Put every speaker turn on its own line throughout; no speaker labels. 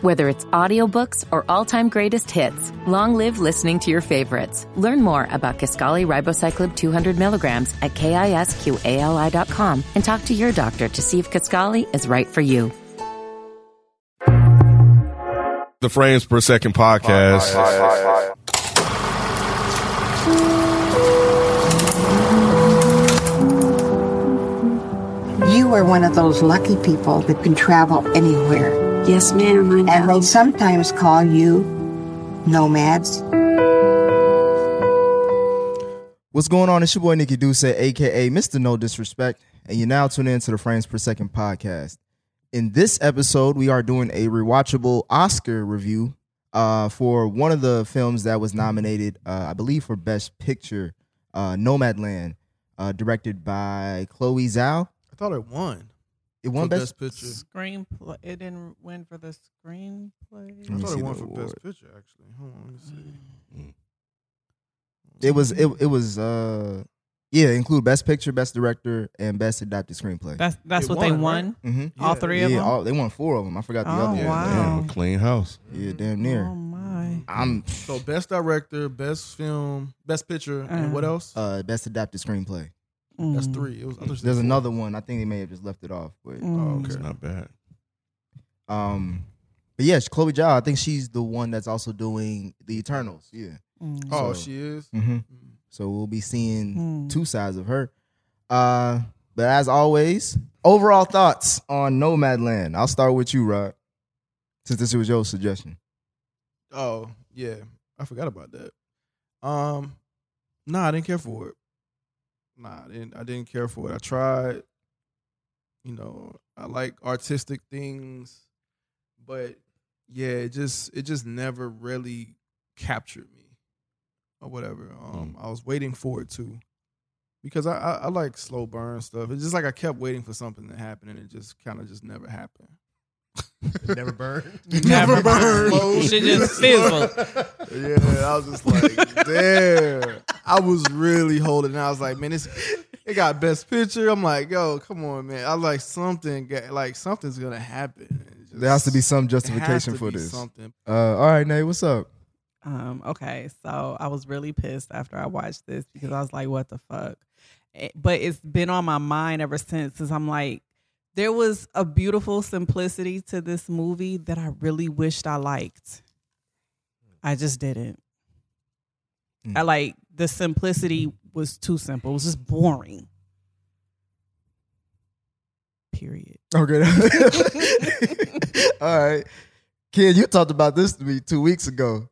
Whether it's audiobooks or all-time greatest hits, long live listening to your favorites. Learn more about Kaskali Ribocyclib 200 milligrams at kisqali.com and talk to your doctor to see if Kaskali is right for you.
The Frames Per Second podcast.
You are one of those lucky people that can travel anywhere.
Yes, ma'am. I
And
know.
they sometimes call you nomads.
What's going on? It's your boy Nikki Duce, aka Mr. No Disrespect, and you're now tuning in to the Frames Per Second podcast. In this episode, we are doing a rewatchable Oscar review uh, for one of the films that was nominated, uh, I believe, for Best Picture, uh, Nomadland, uh, directed by Chloe Zhao.
I thought it won.
It won
for
Best.
best picture.
Screenplay. It didn't win for the screenplay.
Let
I
me
thought
see
it won
the
for
award.
best picture. Actually, hold on, let me see.
It was. It, it was. Uh, yeah, include Best Picture, Best Director, and Best Adapted Screenplay.
That's that's
It
what
won,
they
right?
won.
hmm
Yeah.
All three of
Yeah,
them.
all, they won four of them. I forgot the
Oh,
other one.
wow.
Damn, clean house.
Yeah, damn
Oh
near.
my.
I'm
So best director, best film, best picture, and what
Uh,
else?
uh best adapted screenplay.
That's
Mm.
three. It was. I thought she said
There's
four.
another one. I think they may have just left it off, but
Mm.
okay.
It's not bad.
um but yes, Chloe Zhao, I think she's the one that's also doing the Eternals. Yeah.
Mm.
Oh,
So-
she is.
Mm-hmm.
Mm.
So we'll be seeing
Mm.
two sides of her. Uh but as always, overall thoughts on Nomadland. I'll start with you, Rod. Since this was your suggestion.
Oh yeah, I forgot about that. Um, nah, I didn't care for it. Nah, I didn't. I didn't care for it. I tried. You know, I like artistic things, but yeah, it just it just never really captured me, or whatever. Um, I was waiting for it to, because I, I I like slow burn stuff. It's just like I kept waiting for something to happen, and it just kind of just never happened.
never burned.
mm. Never
burned.
burned. She just fizzled.
Yeah, I was just like, damn. I was really holding. out. I was like, man, it's it got best picture. I'm like, yo, come on, man. I like something. got- Like something's gonna happen. It just-
There has to be some
it has
justification
to
for
be
this.
Something.
Uh all right, Nate, what's up?
Um, okay, so I was really pissed after I watched this because I was like, what the fuck? Eh, But it's been on my mind ever since because I'm like, there was a beautiful simplicity to this movie that I really wished I liked. I just didn't.
Mm.
I like the simplicity was too simple. It was just boring. Period.
Okay. All right. Ken, you talked about this to me two weeks ago,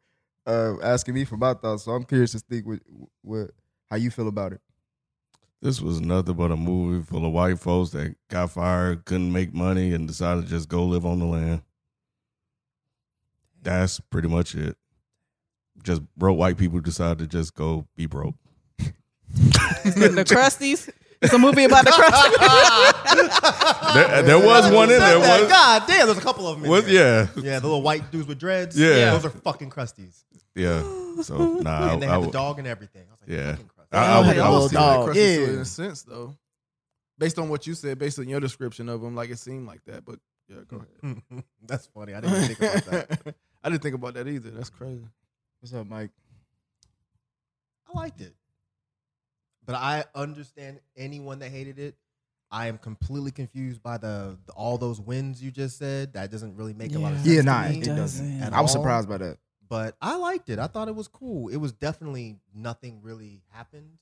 uh, asking me for my thoughts. So I'm curious to think what, what how you feel about it.
This was nothing but a movie full of white folks that got fired, couldn't make money, and decided to just go live on the land. That's pretty much it. Just broke white people decided to just go be broke.
the, the crusties. It's a movie about the crusties.
There, there was one in there.
That-
Was,
God Ah, damn, there's a couple of them. in
was
there.
yeah,
Yeah, the little white dudes with dreads.
Yeah. Yeah.
those are fucking crusties.
yeah. So nah,
and they
I,
have
I,
the dog and everything. I was like,
Yeah.
fucking crusties.
I- I would-
Hey,
I
I
would
was
see
still
that.
like
Oh, Yeah.
in a sense though, based on what you said, based on your description of them, like it seemed like that. But yeah, go
mm-hmm. That's funny. I didn't even think about that.
ahead. I didn't think about that either. That's crazy.
What's up, Mike?
I liked it. But I understand anyone that hated it. I am completely confused by the, the- all those wins you just said. That doesn't really make a lot of
Yeah.
sense.
Yeah,
to
nah,
me
it doesn't.
at
I
all.
was surprised by that.
But I liked it. I thought it was cool. It was definitely nothing really happened.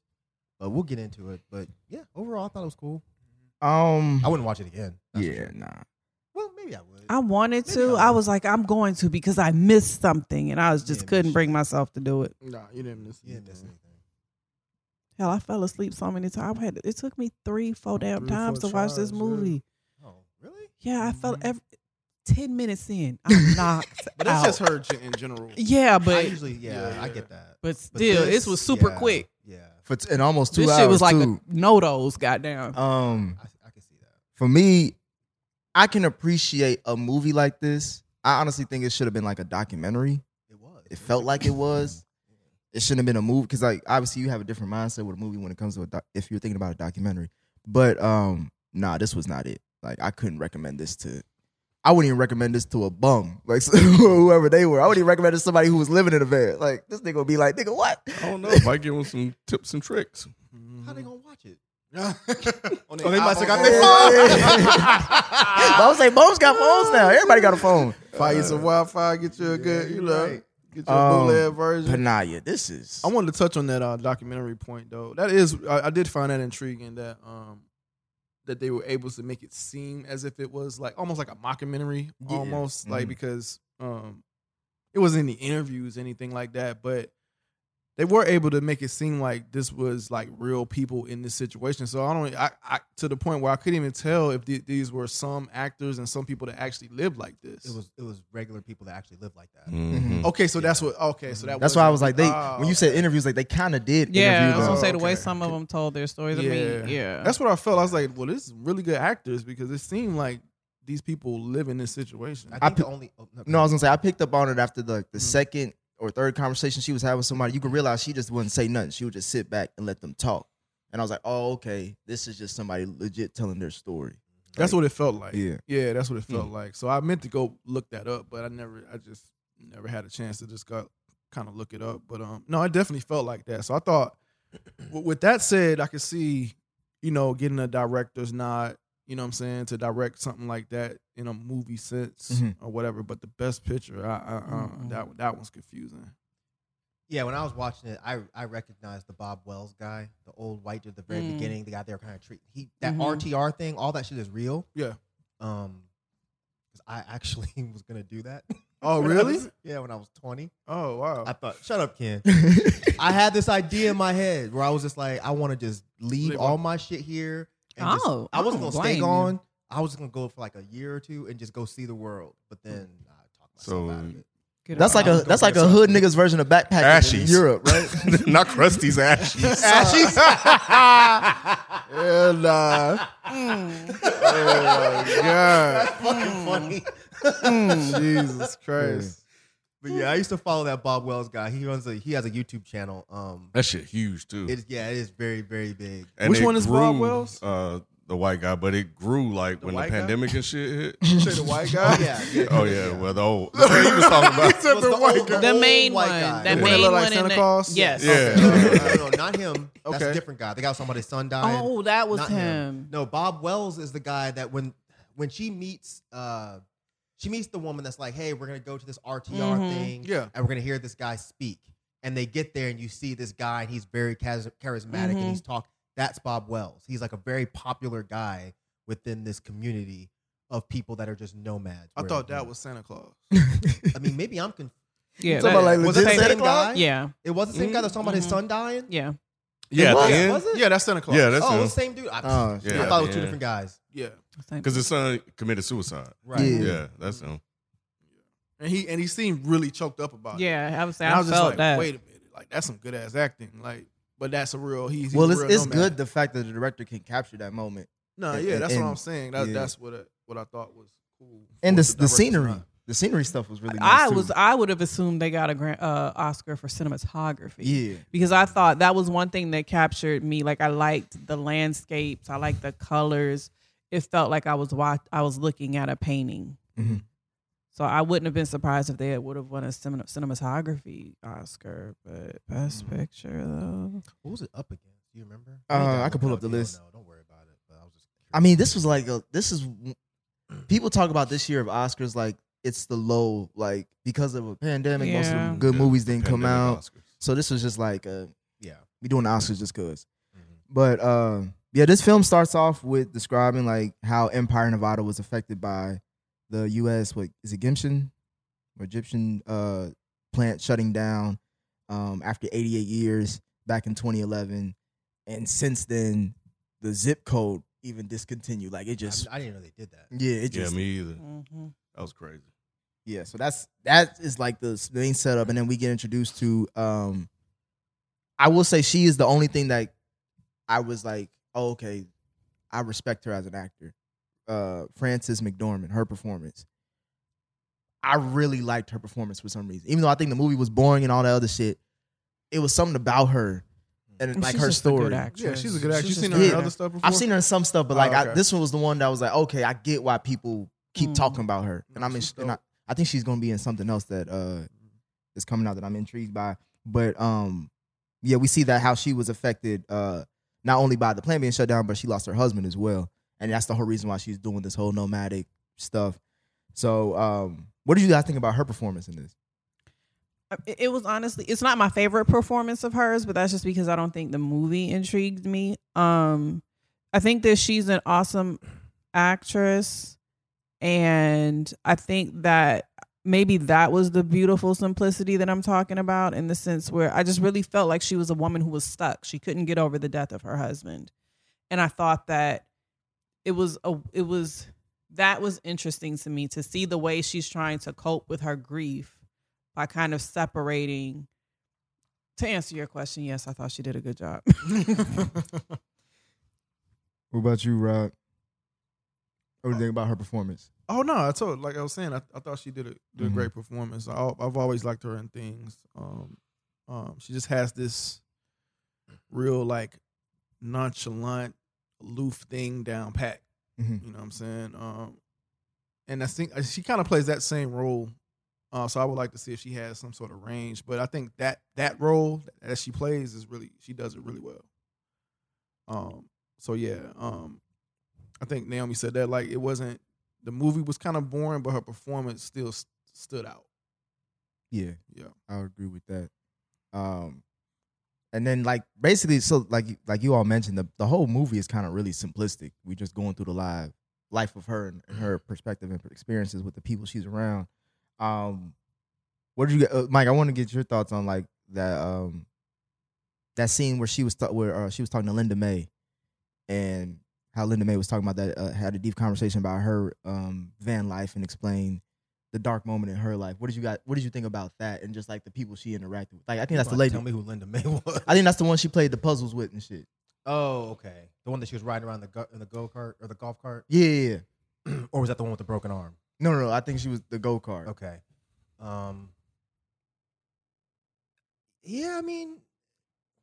But we'll get into it. But yeah, overall, I thought it was cool.
Um,
I wouldn't watch it again. that's for
yeah,
sure.
nah.
Well, maybe I would.
I wanted
Maybe
to.
I
I was like, I'm going to because I missed something, and I was just
Yeah,
couldn't
miss
bring
shit.
myself to do it.
Nah, you didn't miss.
you didn't
anything.
miss anything.
Hell, I fell asleep so many times. I had, it took me three, four damn
Three,
times
four
to watch this
tries, yeah.
movie.
Oh, really?
Yeah, I felt
Mhm.
every ten minutes in, I'm knocked
But that's
out.
just her gen- in general.
Yeah,
I
but
usually, yeah,
Yeah,
I
yeah.
get that.
but
But
still, this,
this,
was super
yeah,
quick.
Yeah,
For t- in almost two
this
hours
shit was like
too.
a no dos. Goddamn.
um,
I, I can see that.
for me, I can appreciate a movie like this. I honestly think it should have been like a documentary.
It was. Mm-hmm.
It felt like it was. It shouldn't have been a movie because, like, obviously you have a different mindset with a movie when it comes to a doc- if you're thinking about a documentary. But um, nah, this was not it. Like, I couldn't recommend this to I wouldn't even recommend this to a bum, like whoever they were. I wouldn't even recommend it to somebody who was living in a van. Like this nigga would be like, nigga, what?
I don't know. I might give them some tips and tricks.
Mm-hmm.
How
Mm-hmm.
they gonna watch it?
On
they
they
might
might have
still got
got
their
their
Ah.
But I would say bums got phones now. Everybody got a phone.
Fire some Wi-Fi, get you a good, you know, get you a
Um,
bootleg version.
But nah, yeah, this is.
I wanted to touch on that uh, documentary point though. That is, I, I did find that intriguing that um that they were able to make it seem as if it was like almost like a mockumentary,
Yeah.
almost like
Mhm.
because um it wasn't any interviews, anything like that, but they were able to make it seem like this was like real people in this situation. So I don't, I, I to the point where I couldn't even tell if the, these were some actors and some people that actually lived like this.
It was it was regular people that actually live like that.
Mhm.
okay, so that's
Yeah.
what. Okay, so that
Mm-hmm. That's why I was like, they
Ah,
oh,
when you said interviews, like they kind of did.
Yeah, I
interview
was
them.
gonna say the way
Okay.
some of them told their stories. I mean, yeah,
That's what I felt. I was like, well, this is really good actors because it seemed like these people live in this situation.
I think
I
the
pi-
only oh,
No, I was gonna say I picked up on it after the, the
Mm-hmm.
second or third conversation she was having with somebody. You could realize she just wouldn't say nothing. She would just sit back and let them talk. And I was like, oh, okay, this is just somebody legit telling their story.
that's what it felt like.
Yeah.
Yeah, that's what it
Hmm.
felt like. So I meant to go look that up, but I never, I just never had a chance to just go kind of look it up. But um, no, I definitely felt like that. So I thought, w- with that said, I could see, you know, getting a director's nod, you know what I'm saying, to direct something like that in a movie sense
Mhm.
Mm-hmm.
or whatever. But the best picture, I, I, uh,
Mhm.
that that one's confusing.
Yeah, when I was watching it, I I recognized the Bob Wells guy, the old white dude at the very
Mm.
beginning, the guy they were kind of treating. He that
Mhm.
RTR thing, all that shit is real.
Yeah.
Um, 'cause I actually was gonna do that.
Oh,
When I
really?
was- yeah, when I was twenty,
Oh wow.
I thought, shut up, Ken. I had this idea in my head where I was just like, I want to just leave
Leave
all
on-
my shit here. And just-
Oh,
I wasn't
I don't
gonna stay
blame you.
gone. I was gonna go for like a year or two and just go see the world. But then I talked myself
So-
out of it.
Get
That's
out.
like a that's like a hood niggas version of backpacking in
Ashies.
Europe, right?
Not Krusty's ashes.
Hell nah.
Hmm.
oh my god.
fucking funny.
Hmm.
Jesus Christ.
But yeah, I used to follow that Bob Wells guy. He runs a he has a YouTube channel. Um,
That shit huge too.
it's yeah, it is very very big.
And
Which
it
one is
grew,
Bob Wells?
Uh, the white guy, but it grew like when the
white guy?
pandemic and shit
You
hit.
say the white guy?
Yeah, yeah.
oh yeah, well the old. That's what he was talking about.
It was the, old-
The
old
main
white
one.
guy.
That
The
main
one that
look like
one in
Santa
the-
Claus?
Yes.
Yeah.
no, no, no, no, not him. That's a
Okay.
different guy. The guy was talking about his son dying.
Oh, that was
Not
him.
No, Bob Wells is the guy that when when she meets uh she meets the woman that's like, hey, we're gonna go to this RTR
Mhm.
thing,
Yeah.
and we're gonna hear this guy speak. And they get there and you see this guy and he's very chas- charismatic and
Mhm.
he's talk. That's Bob Wells. He's like a very popular guy within this community of people that are just nomads.
I
where-
thought that was Santa Claus.
I mean, maybe I'm confused.
Yeah,
Talking about
that-
like
Was
legit
it the
Santa
same
Claus?
guy?
yeah,
It was
Mm-hmm.
the same guy that was talking about his
Mhm.
son dying.
yeah.
Yeah,
was,
at the end.
was it?
Yeah, that's Santa Claus.
Yeah, that's
oh, it
him.
was the same dude. I,
Oh,
yeah.
I thought it was
Yeah.
two different guys.
yeah.
Because his son committed suicide.
Right.
Yeah.
Yeah, that's him.
And he and he seemed really choked up about it.
yeah, I would say
uh, And
I,
I was just
felt
like,
that.
wait a minute. Like that's some good ass acting. Like, but that's a real he's he's
well,
a
it's
real
it's
nomad.
good the fact that the director can capture that moment
No,
and-
yeah,
and-
that's what I'm
and-
saying. That,
yeah.
That's what I, what I thought was cool.
and
for
the the
director's
scenery.
nod.
The scenery stuff was really. Nice
I
too.
was I would have assumed they got a grand, uh, Oscar for cinematography.
yeah.
because I thought that was one thing that captured me. Like I liked the landscapes, I liked the colors. It felt like I was watch- I was looking at a painting.
Mhm.
So I wouldn't have been surprised if they would have won a cinem- cinematography Oscar, but best picture though.
What was it up against? Do you remember?
Uh,
You gotta
I
look
could pull
it
up the
You don't
list.
know. Don't worry about it. But I was just.
I mean, this was like a, this is people talk about this year of Oscars like it's the low, like because of a pandemic, most of
Yeah.
the good
Yeah,
movies didn't come out.
Pandemic Oscars.
So this was just like uh
yeah.
we doing the Oscars just because.
Mhm.
But uh, yeah, this film starts off with describing like how Empire Nevada was affected by the U.S. What is it, Gimson or Egyptian uh, plant shutting down um, after 88 years back in 2011, and since then the zip code even discontinued. Like it just,
I, I didn't know they did that.
yeah, it
Yeah,
just,
me either.
Mm-hmm.
That was crazy.
yeah. So that's that is like the s- main setup, and then we get introduced to. um I will say she is the only thing that I was like, oh, okay, I respect her as an actor. Uh Frances McDormand, her performance. I really liked her performance for some reason, even though I think the movie was boring and all that other shit. It was something about her and like her story.
Yeah, she's a good actress. You seen
a
her in
good
other stuff before?
I've seen her in some stuff, but
Oh,
like I,
okay.
this one was the one that was like, okay, I get why people keep
Mm.
talking about her, and
No,
I'm in,
she's
and I,
dope.
I think she's gonna be in something else that uh is coming out that I'm intrigued by. But um, yeah, we see that how she was affected uh not only by the plant being shut down, but she lost her husband as well, and that's the whole reason why she's doing this whole nomadic stuff. So um, what did you guys think about her performance in this?
It, it was honestly, it's not my favorite performance of hers, but that's just because I don't think the movie intrigued me. Um, I think that she's an awesome actress, and I think that maybe that was the beautiful simplicity that I'm talking about in the sense where I just really felt like she was a woman who was stuck. She couldn't get over the death of her husband, and I thought that it was a it was that was interesting to me to see the way she's trying to cope with her grief by kind of separating. To answer your question, yes, I thought she did a good job.
What about you, Rod? What do you think about her performance?
Oh no, I told like I was saying, I, I thought she did a, did a
Mhm.
great performance. I, al- I've always liked her in things. Um, um, she just has this real like nonchalant, aloof thing down pat.
Mhm.
You know what I'm saying? Um, and I think uh, she kind of plays that same role. Uh, so I would like to see if she has some sort of range. But I think that that role that she plays is really she does it really well. Um, so yeah, um, I think Naomi said that like it wasn't the movie was kind of boring, but her performance still st- stood out.
Yeah,
Yeah.
I would agree with that. Um, and then like basically, so like like you all mentioned, the the whole movie is kind of really simplistic. We just going through the live life of her and, and her perspective and experiences with the people she's around. Um, what did you, uh, Mike? I want to get your thoughts on like that um that scene where she was ta- where uh, she was talking to Linda May, and how Linda May was talking about that uh, had a deep conversation about her um van life and explained the dark moment in her life. What did you got? What did you think about that? And just like the people she interacted with. Like I think that's the
Come on,
lady.
Tell me who Linda May was.
I think that's the one she played the puzzles with and shit.
oh, okay. The one that she was riding around the go- in the go kart or the golf cart,
Yeah, yeah, yeah.
or was that the one with the broken arm?
No, no, no. I think she was the go kart.
Okay. Um. Yeah, I mean,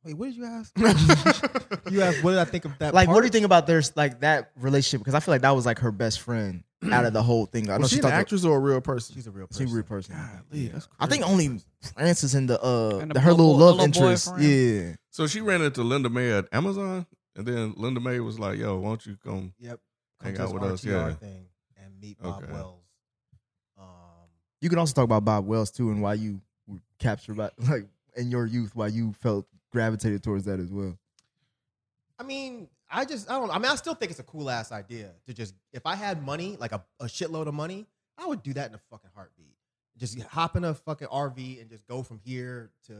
wait, what did you ask? you asked, what did I think of that?
Like, what do you
part?
think about their like that relationship? Because I feel like that was like her best friend out of the whole thing. I know
Was she an
talked-
actress or a real person?
She's a real person.
She's a real person.
Golly, that's
I think
crazy.
only Francis and the uh
And
the-
the
her
little
little
boy-
love
the little
interest.
boyfriend.
Yeah.
So she ran into Linda May at Amazon, and then Linda May was like, "Yo, won't you come?"
Yep.
Hang
Come to
out
this
with us,
RTR
yeah.
Thing and meet Bob
Okay.
Wells. Um,
You can also talk about Bob Wells too and why you were captured by like in your youth, why you felt gravitated towards that as well.
I mean, I just I don't. I mean, I still think it's a cool ass idea to just if I had money, like a, a shitload of money, I would do that in a fucking heartbeat. Just hop in a fucking RV and just go from here to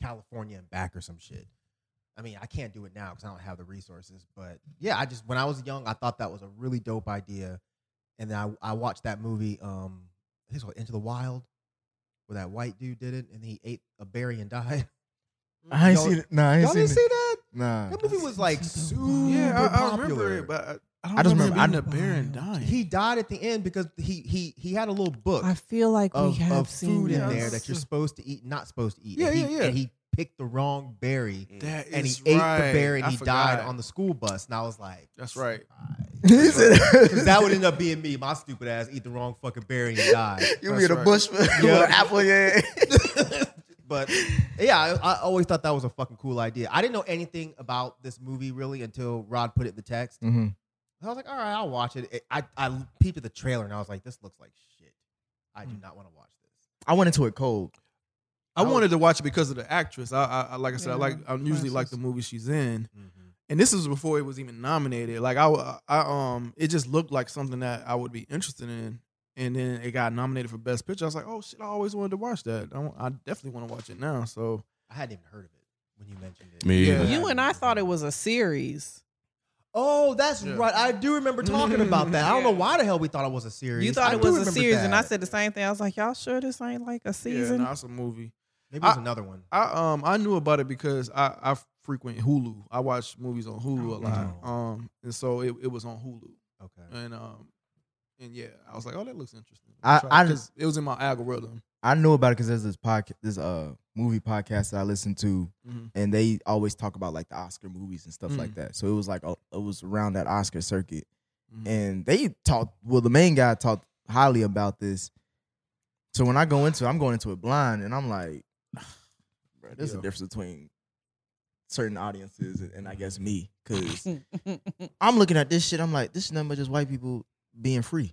California and back or some shit. I mean, I can't do it now because I don't have the resources. But yeah, I just when I was young, I thought that was a really dope idea, and then I I watched that movie, um, I think it's called Into the Wild, where that white dude did it and he ate a berry and died.
I ain't
Y'all-
seen it. Nah, I ain't
Y'all
seen
didn't
it.
see that?
Nah.
That movie was like super
Yeah, I, I
popular.
remember it, but I, I don't
I just
remember,
remember-
him being a bear and dying.
he died at the end because he he he had a little book
I feel like we
of,
have
of
seen
food in
this.
there that you're supposed to eat, not supposed to eat.
Yeah,
and he,
yeah, yeah.
And he picked the wrong berry,
That
and he
is
ate
right.
the berry, and
I
he died
forgot.
on the school bus. And I was like,
That's right.
He said-
that would end up being me, my stupid ass, eat the wrong fucking berry and die.
You
That's
be in a
right.
bush with
Yeah.
an apple, yeah.
but yeah, I, I always thought that was a fucking cool idea. I didn't know anything about this movie really until Rod put it in the text.
mm-hmm.
I was like, all right, I'll watch it. It- I, I peeped at the trailer and I was like, this looks like shit. I do not want to watch this.
I went into it cold.
I wanted to watch it because of the actress. I, I, I like I said, I
Yeah,
like I usually like
Frances.
the movie she's in,
Mm-hmm.
and this is before it was even nominated. Like I, I um, it just looked like something that I would be interested in, and then it got nominated for Best Picture. I was like, oh shit, I always wanted to watch that. I, want- I definitely want to watch it now. So
I hadn't even heard of it when you mentioned it.
Me
Yeah. either.
You and I thought it was a series.
Oh, that's
Yeah.
right. I do remember talking about that. I don't know
Yeah.
why the hell we thought it was a series.
You thought
I
it was
do
a
remember
series, and I
that.
said the same thing. I was like, y'all sure this ain't like a season?
yeah, no, it's a movie.
maybe it was
I-
another one.
I um I knew about it because I I frequent Hulu. I watch movies on Hulu a lot.
Oh.
Um, and so it, it was on Hulu,
okay.
and um, and yeah, I was like, oh, that looks interesting.
I-
Try-
I
'cause
just-
it was in my algorithm.
I know about it because there's this podcast, this uh movie podcast that I listen to,
Mhm.
and
Mm.
oh, they always talk about like the Oscar movies and stuff like that. So it was like a, it was around that Oscar circuit,
Mm.
and they talked. Well, the main guy talked highly about this. So when I go into, it, I'm going into it blind, and I'm like, bro, there's a
Yeah.
difference between certain audiences and, and I guess me, because I'm looking at this shit. I'm like, this is nothing but just white people being free.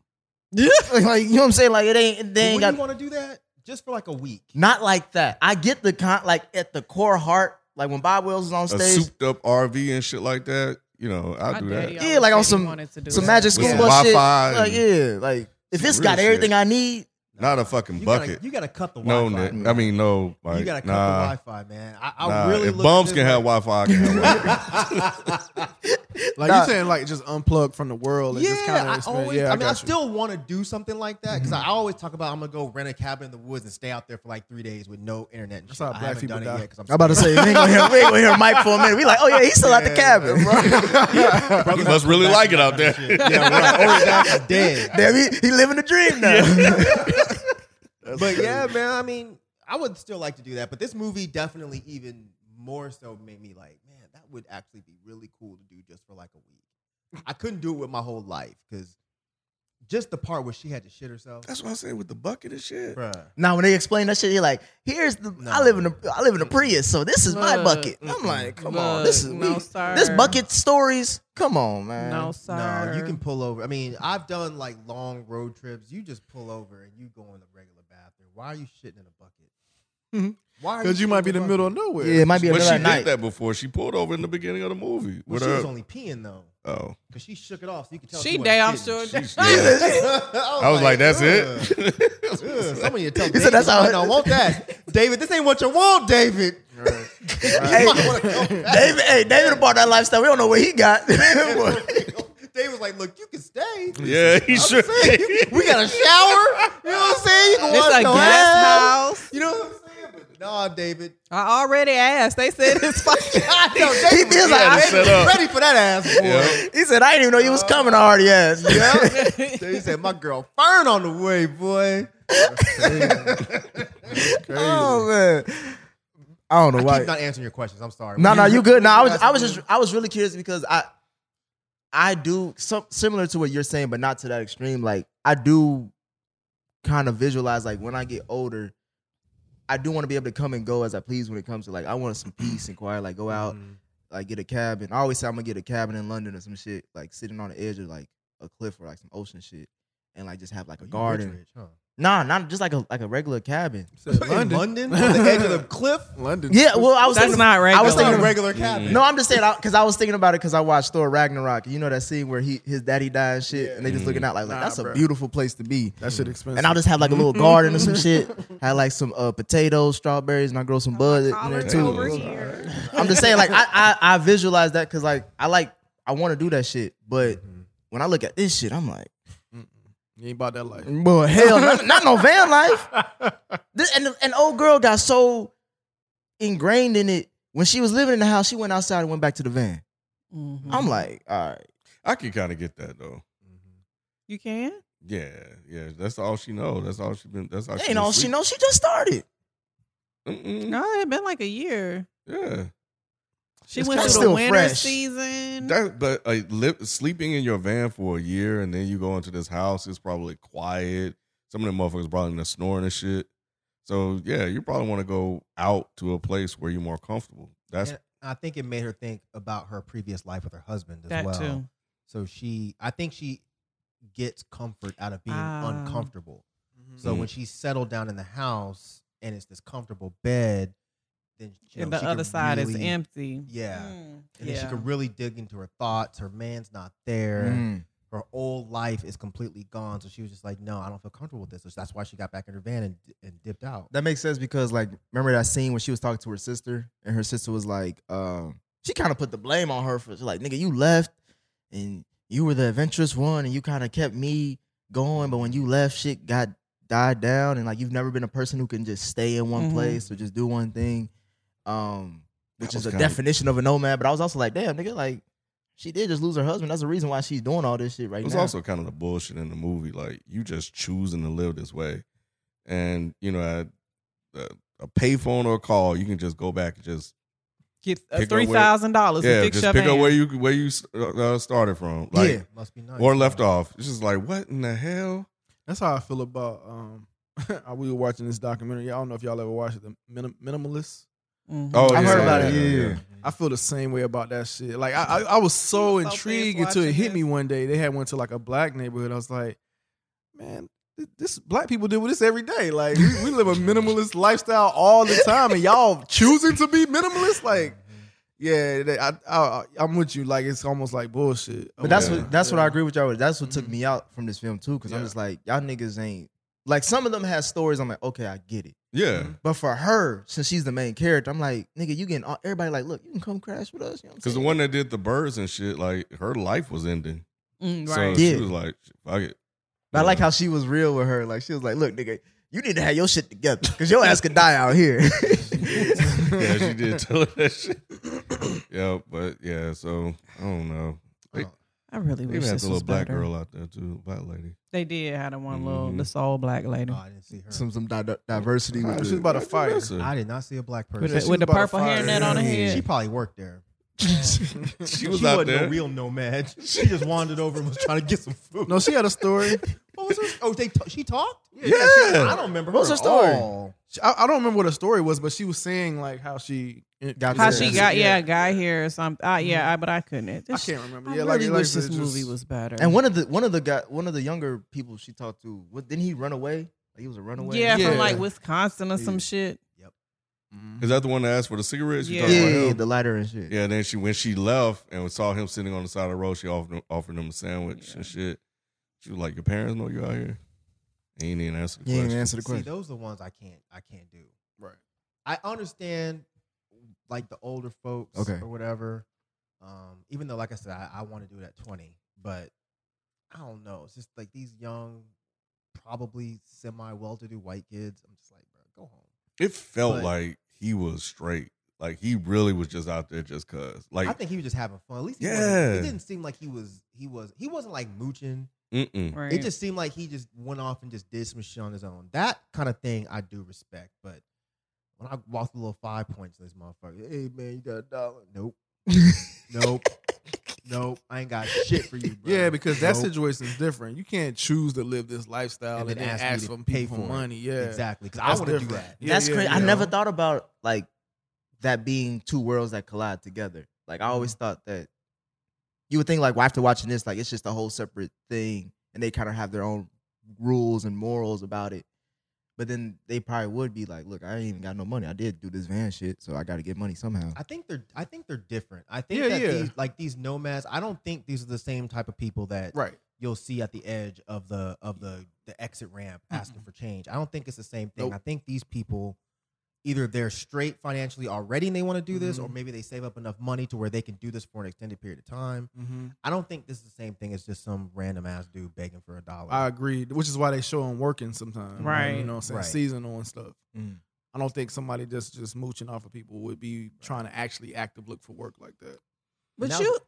like you know what I'm saying? Like it ain't. They
But
ain't
when
got
you want to do that, just for like a week.
not like that. I get the con like at the core heart. Like when Bob Wells is on
A
stage,
souped up RV and shit like that. You know, I
My
do
daddy
that.
Yeah,
always
like on
said he
some-
wanted to do
some
that.
magic school
Yeah.
bus shit.
Wi-Fi
Like, yeah, like if
Some
it's got
real
everything
shit.
I need,
Not a fucking
You
bucket.
gotta, you gotta cut the
no,
Wi-Fi.
Nick. I mean, no. Like,
you gotta cut
nah,
the Wi-Fi, man. I, I
nah.
really
if
look
bums
at
can have
this
Wi-Fi, I can have Wi-Fi.
Like
Nah.
you saying, like just unplug from the world and just kind
yeah,
of
I
experience.
always.
yeah, Mm-hmm.
I, mean, I
got you.
still want to do something like that because I always talk about I'm gonna go rent a cabin in the woods and stay out there for like three days with no internet. And
That's
shit.
how
I
black
haven't
people
done
die.
it yet 'cause I'm
I'm about to say we ain't gonna hear, we ain't gonna hear Mike for a minute. We like, oh yeah, he's still at the cabin.
Brothers must really like it out there.
yeah, right. Or his ass is dead.
Damn, he, he living the dream now.
but yeah, man. I mean, I would still like to do that, but this movie definitely even more so made me like, man, that would actually be really cool to do just for like a week. I couldn't do it with my whole life because just the part where she had to shit herself,
That's what I say with the bucket and shit.
bruh.
Now when they explain that shit, he like, here's the I live in the I live in the Prius, so this is my
Look,
bucket. I'm like, come on, this is
Look,
we-
no, sir.
this bucket stories. Come on, man.
No, sir.
No, you can pull over. I mean, I've done like long road trips. You just pull over and you go in the regular bathroom. Why are you shitting in a bucket? Why? are
Because you might
shitting
be in the
a
middle of
bucket?
nowhere.
Yeah, it might be a
But she
middle of
did
night.
that before. She pulled over in the beginning of the movie.
Well,
With
she
her,
was only peeing though,
oh,
because she shook it off. So you could tell
She
wasn't
day off
shitting.
sure.
she- yeah. I was like, that's
"Ugh."
it.
Ugh, Some of you tell
said,
David,
"That's how
I
it
don't
is."
want that. David, this ain't what you want, David.
Hey, David, hey, David bought that lifestyle. We don't know what he got.
David's like, look, you can stay.
yeah, he
I'm
sure.
saying, you- we got a shower. You know what I'm saying? You can
It's
wash
a
your
guest
ass.
house.
You know what I'm saying? But nah, David.
I already asked. They said it's fucking.
I know David
feels
was
like I
ready-
set up.
ready for that ass boy.
Yeah.
he said, I didn't even know you was coming. I already asked.
Yeah. He said, my girl Fern on the way, boy.
Oh man, I don't
I
know
keep
why.
not answering your questions. I'm sorry.
No, no, you good. No, I was, I was
Asking
just, I was really curious because I, I do some similar to what you're saying, but not to that extreme. Like I do, kind of visualize like when I get older, I do want to be able to come and go as I please when it comes to like I want some peace and quiet. Like go out,
Mm-hmm.
like get a cabin. I always say I'm gonna get a cabin in London or some shit, like sitting on the edge of like a cliff or like some ocean shit, and like just have like a
you
garden.
rich, rich, huh?
Nah, not just like a like a regular cabin.
In London, on the edge of the cliff.
London.
Yeah, well, I was
That's
thinking,
not
I was
regular.
thinking
Like a regular cabin.
No, I'm just saying because I, was thinking about it because I watched Thor Ragnarok. You know that scene where he his daddy died and shit, and they just looking out like, like
Nah,
that's a
bruh.
beautiful place to be.
that shit expensive.
And I'll just have like a little garden or some shit. Had like some uh, potatoes, strawberries, and I grow some buds in there
Collards
too.
over here.
I'm just saying like I I, I visualize that because like I like I want to do that shit, but when I look at this shit, I'm like,
Mm-hmm. you ain't about that life.
well, hell, not, not no van life. This and an old girl got so ingrained in it when she was living in the house. She went outside and went back to the van.
Mm-hmm.
I'm like, all right.
I can kind of get that though.
You can.
Yeah, yeah. That's all she knows. That's all she been. That's all.
That
she
ain't
been
all she
sleep-
knows. She just started.
Mm-mm.
No, it had been like a year.
Yeah.
She
It's
went
kinda
through the
still
winter
fresh.
season.
That, but like li- sleeping in your van for a year and then you go into this house, it's probably quiet. Some of them motherfuckers probably in there snoring and shit. So yeah, you probably want to go out to a place where you're more comfortable. That's
And I think it made her think about her previous life with her husband as
That
well.
too.
So she, I think she gets comfort out of being
Ah.
uncomfortable. So
Mhm.
when she's settled down in the house and it's this comfortable bed, then you
And
know,
the
she
other
can
side is
really-
empty.
Yeah.
Mm,
And
yeah. Mm.
then she can really dig into her thoughts. Her man's not
Mm.
there.
Mm.
Her old life is completely gone. So she was just like, no, I don't feel comfortable with this. So that's why she got back in her van and, and dipped out.
That makes sense because like remember that scene when she was talking to her sister and her sister was like, um, she kind of put the blame on her for she's like, nigga, you left and you were the adventurous one and you kind of kept me going, but when you left, shit got died down and like you've never been a person who can just stay in one
Mhm.
place or just do one thing, um, which
That
is
was
a
kinda-
definition of a nomad. But I was also like, damn, nigga, like she did just lose her husband. That's the reason why she's doing all this shit right
It was
now.
also kind of the bullshit in the movie. Like you just choosing to live this way, uh, and you know, at a, a payphone or a call, you can just go back and just
Get
Pick up where-
three thousand dollars.
yeah,
and fix
just
your
pick
van.
up where you where you uh, started from, like
Yeah.
Must be nice.
or left off. It's just like what in the hell?
That's how I feel about. Um, I we were watching this documentary. I don't know if y'all ever watched it, the Minim- Minimalists.
Mhm.
Oh,
I
yeah,
heard about it.
yeah,
Yeah,
yeah.
I feel the same way about that shit. Like I, I, I was so
was so
intrigued
pissed
until it
watching
hit me
this.
one day. They had went to like a black neighborhood. I was like, man, th- this black people deal with this every day. Like we, we live a minimalist lifestyle all the time, and y'all choosing to be minimalist. Like, yeah, they- I, I, I'm with you. Like it's almost like bullshit.
But that's
Yeah. Mm-hmm.
what that's what I
Yeah.
agree with y'all. With. That's what took
Mhm.
me out from this film too, because I'm
Yeah.
just like y'all niggas ain't like some of them have stories. I'm like, okay, I get it.
yeah.
Mm-hmm.
Mhm.
But for her, since she's the main character, I'm like, nigga, you getting all, everybody like, look, you can come crash with us. You know what I'm
Because the
saying?
one that did the birds and shit, like her life was ending.
Mm,
So
right.
Yeah.
she was like, "Fuck it."
But I like how she was real with her. Like she was like, look, nigga, you need to have your shit together because your ass could die out here.
yeah, she did tell her that shit. yeah, but yeah, so I don't know.
Uh-huh.
I really wish
They even had
this
the
was
little black
better.
girl out there too, black lady.
They did have the one little
Mhm.
the soul black lady
No, Oh, I didn't see her.
Some some di- diversity.
Nah,
with
she's
the-
about to fire.
I did not see a black person.
with,
Yeah,
the,
she
with
was
the
about to
purple
fire.
hairnet on her
Yeah,
head.
She probably worked there.
She was out
wasn't
there.
a real nomad. She just wandered over and was trying to get some food.
No, she had a story.
What was her? Oh, they t- she talked.
Yeah.
she- I don't remember. What
was her story? She- I, I don't remember what her story was, but she was saying like how she
Got
How
Yeah.
she got yeah, a guy here or something. Uh, yeah, I, but I couldn't.
I can't remember.
I
yeah, like,
really
like,
wish this
just-
movie was better.
And one of the one of the guy one of the younger people she talked to, what, didn't he run away? Like, he was a runaway.
yeah,
Yeah.
from like Wisconsin or some
Yeah.
shit.
Mhm.
Is that the Mm-hmm. one that asked for the cigarettes? You
Yeah.
talking about
Yeah,
him?
the lighter and shit.
Yeah, then she when she left and saw him sitting on the side of the road, she offered him, offered him a sandwich
Yeah.
and shit. She was like, "Your parents know you out here." He didn't even answer the
He ain't
question.
answer the
See,
question.
those are the ones I can't. I can't do.
Right.
I understand, like the older folks,
Okay.
or whatever. Um, even though, like I said, I, I want to do it at twenty, but I don't know. It's just like these young, probably semi-well-to-do white kids. I'm just like, bro, go home.
It felt
But-
like he was straight. Like he really was just out there just cause. Like,
I think he was just having fun. At least, he
Yeah.
wasn't, it didn't seem like he was. He was. He wasn't like mooching.
mm-mm.
Right.
It just seemed like he just went off and just did some shit on his own. That kind of thing I do respect, but when I walk through little five points in this motherfucker, hey man, you got a dollar? Nope. nope. Nope. I ain't got shit for you, bro.
Yeah, because that
Nope.
situation is different. You can't choose to live this lifestyle and, then ask,
me
for people
to pay
for
for it.
money. Yeah,
Exactly. Because I
That's
want to do
different.
that.
Yeah,
That's
yeah,
crazy.
yeah.
I never thought about like that being two worlds that collide together. Like I
Mm-hmm.
always thought that you would think like well, after watching this, like it's just a whole separate thing, and they kind of have their own rules and morals about it. But then they probably would be like, "Look, I ain't even got no money. I did do this van shit, so I got to get money somehow."
I think they're I think they're different. I think
Yeah,
that
yeah.
these like these nomads, I don't think these are the same type of people that
Right.
you'll see at the edge of the of the the exit ramp asking for change. I don't think it's the same thing.
Nope.
I think these people either they're straight financially already and they want to do this, or
Mhm.
maybe they save up enough money to where they can do this for an extended period of time.
hmm
I don't think this is the same thing as just some random ass dude begging for a dollar.
I agree. Which is why they show him working sometimes. You
Right.
know, what I'm saying
Right.
seasonal and stuff.
Mm.
I don't think somebody just just mooching off of people would be trying to actually active look for work like that.
But
Now-
you,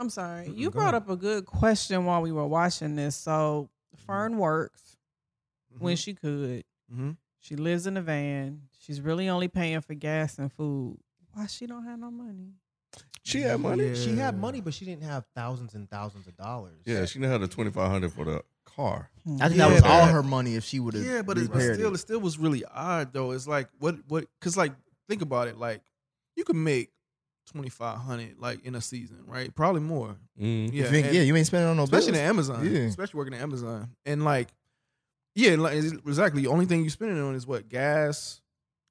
I'm sorry,
Mm-mm,
you
go
brought
ahead.
up a good question while we were watching this. So Fern works when
Mm-hmm.
she could.
Mhm.
She lives in a van. She's really only paying for gas and food. Why she don't have no money?
She had money.
Yeah.
She had money, but she didn't have thousands and thousands of dollars.
Yeah, she had the twenty five hundred for the car.
I think that
Yeah,
was
but-
all her money if she would have.
Yeah, but it, but still, it still was really odd though. It's like what what because like think about it. Like you can make twenty five hundred like in a season, right? Probably more.
Mm-hmm.
Mm.
Yeah, and-
yeah, you ain't spending on no
especially in
bills.
Amazon,
Yeah.
especially working at Amazon, and like, yeah, like, it's- exactly. The only thing you spending on is what gas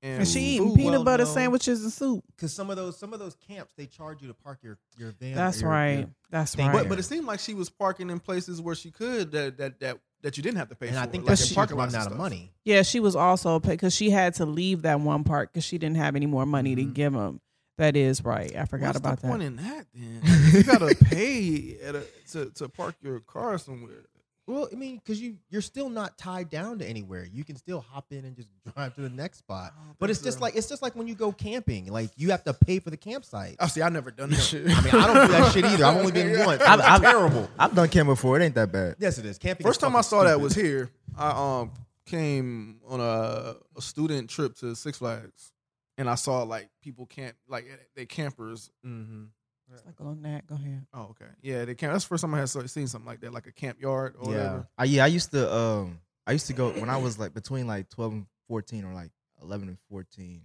and,
And she eating
Food
peanut
well
butter
known.
sandwiches and soup.
Because some of those some of those camps they charge you to park your your van. or
That's
your-
right.
your-
That's
Think-
right.
But but it seemed like she was parking in places where she could that that that that you didn't have to pay.
and
for,
I think
like
that's
in
she-
parking
parking
running
lots and
out of
stuff.
money.
yeah, she was also because she had to leave that one part because she didn't have any more money to
Mhm.
give him. That is right. I forgot
What's
about
the
that.
Point in that then If you gotta pay at a, to to park your car somewhere.
Well, I mean, because you you're still not tied down to anywhere. You can still hop in and just drive to the next spot.
Oh,
I don't
But
think
it's just
so.
like it's just like when you go camping. Like you have to pay for the campsite.
Oh, see, I never done that shit.
I mean, I don't do that shit either. I've only been once.
I've-
It's
I've-
terrible.
I've done camp before. It ain't that bad.
Yes, it is. Camping. is
First time I
fucking
saw that
stupid.
was here. I um came on a, a student trip to Six Flags, and I saw like people can't like eh, they campers.
Mm-hmm.
It's like on that. Go ahead.
Oh, okay, yeah, they camp. That's the first time I had saw- seen something like that, like a camp yard or
yeah.
whatever.
I, yeah, I used to um I used to go when I was like between like 12 and 14 or like 11 and 14.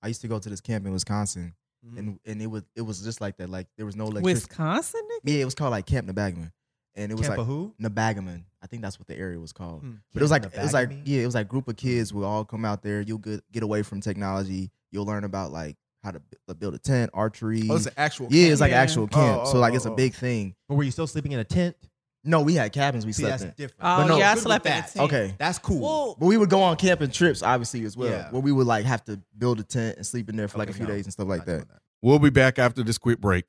I used to go to this camp in Wisconsin
Mhm.
and and it was it was just like that like there was no electricity.
Wisconsin, nigga.
Yeah, it was called like Camp Nebagaman. And it was
Camp
like
of who?
Nebagaman. I think that's what the area was called.
Hmm.
But it was like
Camp
it was like
Nebagaman?
yeah, it was like group of kids would all come out there. You'll get get away from technology. You'll learn about like how to bu- build a tent, archery.
Oh, it's an actual.
yeah, it's like
Yeah.
actual camp.
Oh,
so
oh,
like
oh,
it's a
oh.
big thing.
But were you still sleeping in a tent?
No, we had cabins we
See,
slept
that's
in.
different.
Oh,
But no,
yeah, I
good with
slept in a
that.
tent.
Okay.
That's cool.
Well,
But we would go on camping trips, obviously, as well.
Yeah.
Where we would like have to build a tent and sleep in there for like a
Okay,
few
no,
days and stuff like
not doing
that.
We'll be back after this quick break.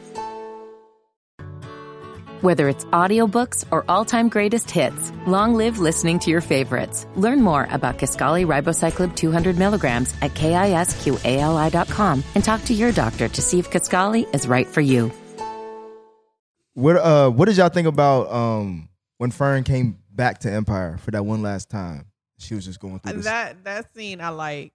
Whether it's audiobooks or all-time greatest hits, long live listening to your favorites. Learn more about Kaskali Ribocyclib 200 milligrams at kisqali.com and talk to your doctor to see if Kaskali is right for you.
What uh what did y'all think about um when Fern came back to Empire for that one last time? She was just going through this.
that that scene I liked,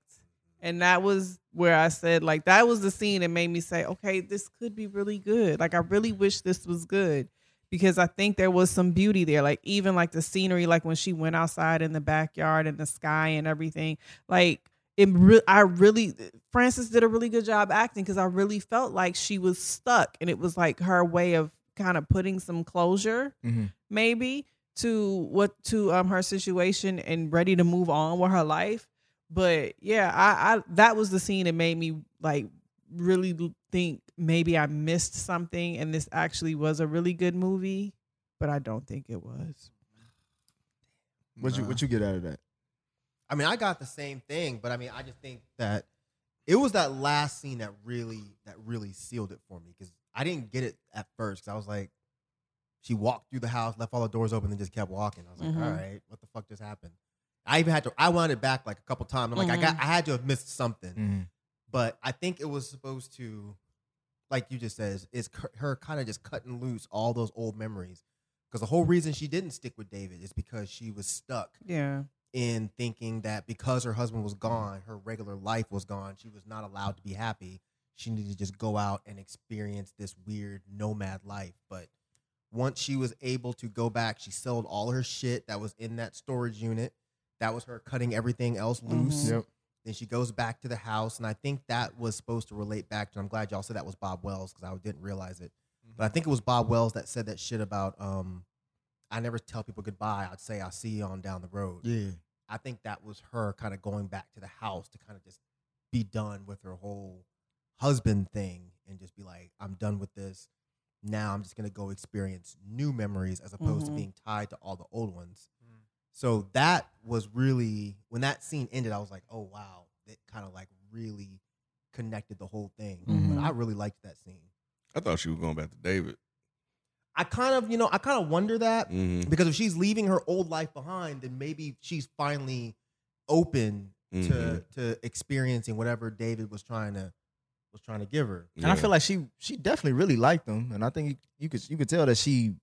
and that was where I said like that was the scene that made me say, okay, this could be really good. Like I really wish this was good because I think there was some beauty there. Like even like the scenery, like when she went outside in the backyard and the sky and everything. Like it, re- I really Frances did a really good job acting because I really felt like she was stuck, and it was like her way of kind of putting some closure
Mhm.
maybe to what to um her situation and ready to move on with her life but yeah i i that was the scene that made me like really l- think maybe i missed something and this actually was a really good movie but i don't think it was
What you
Nah.
what you get out of that?
I mean, I got the same thing, but I mean, I just think that it was that last scene that really that really sealed it for me because I didn't get it at first. 'cause I was like, she walked through the house, left all the doors open, and just kept walking. I was like,
Mhm.
"All right, what the fuck just happened? I even had to. I wound it back like a couple times. I'm like, I got, I had to have missed something, but I think it was supposed to, like you just said, is her kind of just cutting loose all those old memories. Because the whole reason she didn't stick with David is because she was stuck
yeah
in thinking that because her husband was gone, her regular life was gone, she was not allowed to be happy. She needed to just go out and experience this weird nomad life. But once she was able to go back, she sold all her shit that was in that storage unit. That was her cutting everything else loose.
Mhm.
Mm-hmm. Yep.
Then she goes back to the house, and I think that was supposed to relate back to. I'm glad y'all said that was Bob Wells because I didn't realize it, but
Mm-hmm.
I think it was Bob Wells that said that shit about um, I never tell people goodbye. I'd say I'll see you on down the road.
Yeah.
I think that was her kind of going back to the house to kind of just be done with her whole husband thing and just be like, I'm done with this. Now I'm just gonna go experience new memories as opposed
Mhm.
to being tied to all the old ones. So that was really when that scene ended, I was like, oh wow, it kind of like really connected the whole thing.
Mm-hmm.
Mhm.
But I really liked that scene.
I thought she was going back to David.
I kind of, you know, I kind of wonder that
Mm-hmm.
because if she's leaving her old life behind, then maybe she's finally open to
Mm-hmm.
to experiencing whatever David was trying to was trying to give her.
And I feel like she she definitely really liked him. And I think you, you could you could tell that she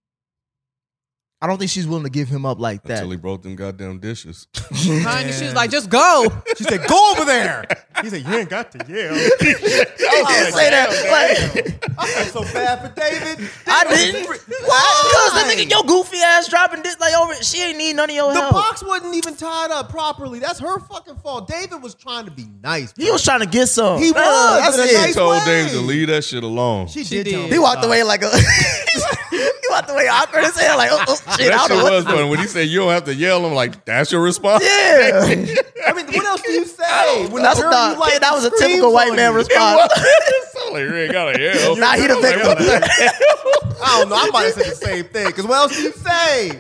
I don't think she's willing to give him up like that.
until he broke them goddamn dishes.
Mm-hmm.
Kinda, she was like just go
She said, "Go over there." He said, "You ain't got to yell."
She didn't Oh, say that. Like,
I feel so bad for David.
I didn't. Why? Because the nigga, your goofy ass dropping this like over. She ain't need none of your
The
help.
box wasn't even tied up properly. That's her fucking fault. David was trying to be nice.
He was trying to get some.
He
Uh,
was,
that's
but
it.
nice
He told
way.
David to leave that shit alone.
She,
She
did. tell
did.
him
He
to
walked
stop.
away like a. he walked away awkward as hell. Like, oh, oh, shit, I don't
that shit
know
was
what. to do.
funny. When he said you don't have to yell, I'm like, that's your response.
Yeah.
I mean, what else do you say?
That's
a girl
not,
you like
that was a
screams
typical white
on
man
you?
response.
so like, you ain't got a L.
Nah, he done picked up.
I don't know. I might have said the same thing. Because what else do you say?